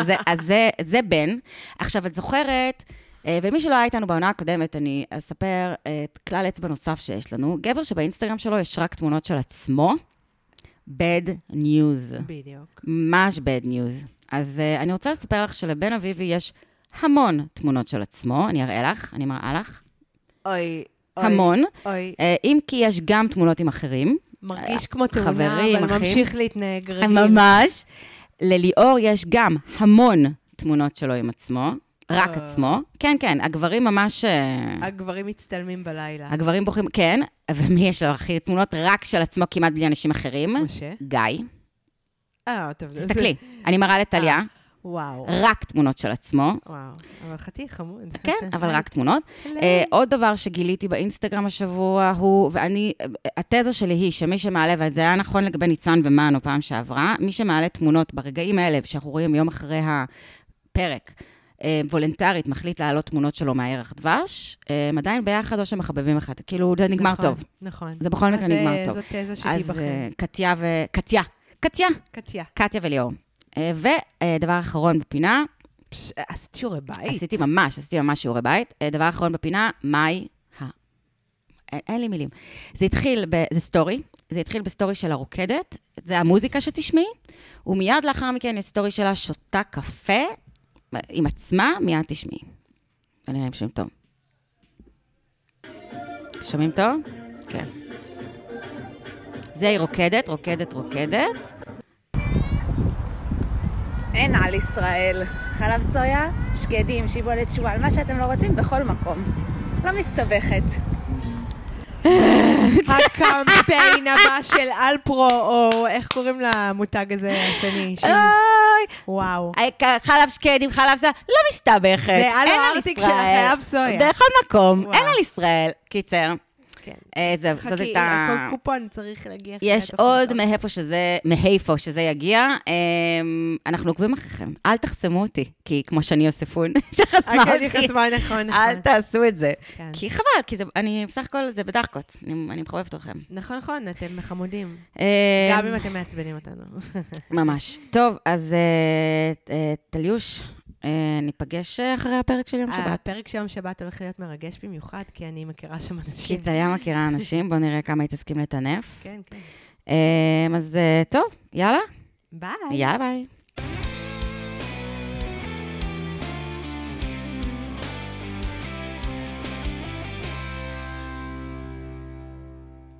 זה, אז זה, זה בן. עכשיו, את זוכרת, אה, ומי שלא היה איתנו בעונה הקודמת, אני אספר את כלל אצבע נוסף שיש לנו. גבר שבאינסטגרם שלו יש רק תמונות של עצמו, bad אוקיי. news. בדיוק. ממש bad news. אז uh, אני רוצה לספר לך שלבן אביבי יש המון תמונות של עצמו, אני אראה לך, אני מראה לך, אוי, אוי, המון. אוי. Uh, אם כי יש גם תמונות עם אחרים, מרגיש כמו תאונה, חברים, אבל אחים. ממשיך להתנהג רגיל. ממש. לליאור יש גם המון תמונות שלו עם עצמו, רק אה. עצמו. כן, כן, הגברים ממש... אה, הגברים מצטלמים בלילה. הגברים בוחרים, כן, ומי יש לו הכי תמונות? רק של עצמו, כמעט בלי אנשים אחרים. משה? גיא, אה, טוב. זה- תסתכלי, אה. אני מראה לטליה, זה- וואו, רק תמונות של עצמו. וואו. אבל חתיך חמוד. כן, <laughs> אבל רק תמונות. לא. אה, עוד דבר שגיליתי באינסטגרם השבוע הוא, ואני, התזה שלי היא שמי שמעלה, וזה היה נכון לגבי ניצן ומנו פעם שעברה, מי שמעלה תמונות ברגעים האלה, שאנחנו רואים יום אחרי הפרק, אה, וולנטרית מחליט להעלות תמונות שלו מהערך דבש, אה, הם עדיין ביחד או שמחבבים אחד. כאילו, זה נגמר נכון, טוב. נכון. זה בכל מקרה אז, אה, נגמר טוב. זאת תזה אז שתיבחר. אה, קטיה ו... קטיה. קטיה. קטיה. קטיה וליאור. אה, ודבר אחרון בפינה, פש, עשית שיעורי <laughs> בית. עשיתי ממש, עשיתי ממש שיעורי בית. אה, דבר אחרון בפינה, מאי ה... אין, אין לי מילים. זה התחיל, ב... זה סטורי, זה התחיל בסטורי של הרוקדת, זה המוזיקה שתשמעי, ומיד לאחר מכן יש סטורי שלה שותה קפה אה, עם עצמה, מיד תשמעי. ונראה אם שומעים טוב. שומעים טוב? כן. זה היא רוקדת, רוקדת, רוקדת. אין על ישראל. חלב סויה, שקדים, שיבולת שועל, מה שאתם לא רוצים, בכל מקום. לא מסתבכת. אה. הקמפיין הבא של אלפרו, או איך קוראים למותג הזה השני? של- אוי, וואו. חלב שקד עם חלב זה, לא מסתבכת. זה הלו אין על ארטיק ישראל. של החלב סויה. בכל מקום, וואו. אין על ישראל. קיצר, כן. אה, זהו, זאת חכי, הייתה... כל קופון צריך להגיע אחרי יש התוכנית אוקיי, עוד הזאת. מאיפה שזה, מאיפה שזה יגיע. אמ, אנחנו עוקבים אחריכם. אל תחסמו אותי, כי כמו שאני יוספון, <laughs> שחסמה רק אני אותי. חסמה נכון, אל נכון. תעשו את זה. כן. כי חבל, כי זה- אני בסך הכל, זה בדחקות. אני אני מחבבת אתכם. נכון, נכון, אתם חמודים. אמ, גם אם אתם מעצבנים אותנו. ממש. טוב, אז אה, אה, טליוש, אה, ניפגש אה, אחרי הפרק של יום שבת. הפרק של יום שבת הולך להיות מרגש במיוחד, כי אני מכירה שם אנשים. כי טליה מכירה אנשים, בואו נראה כמה היא תסכים לטנף. <laughs> כן, כן. אמ, אז אה, טוב, יאללה, ביי. יאללה ביי.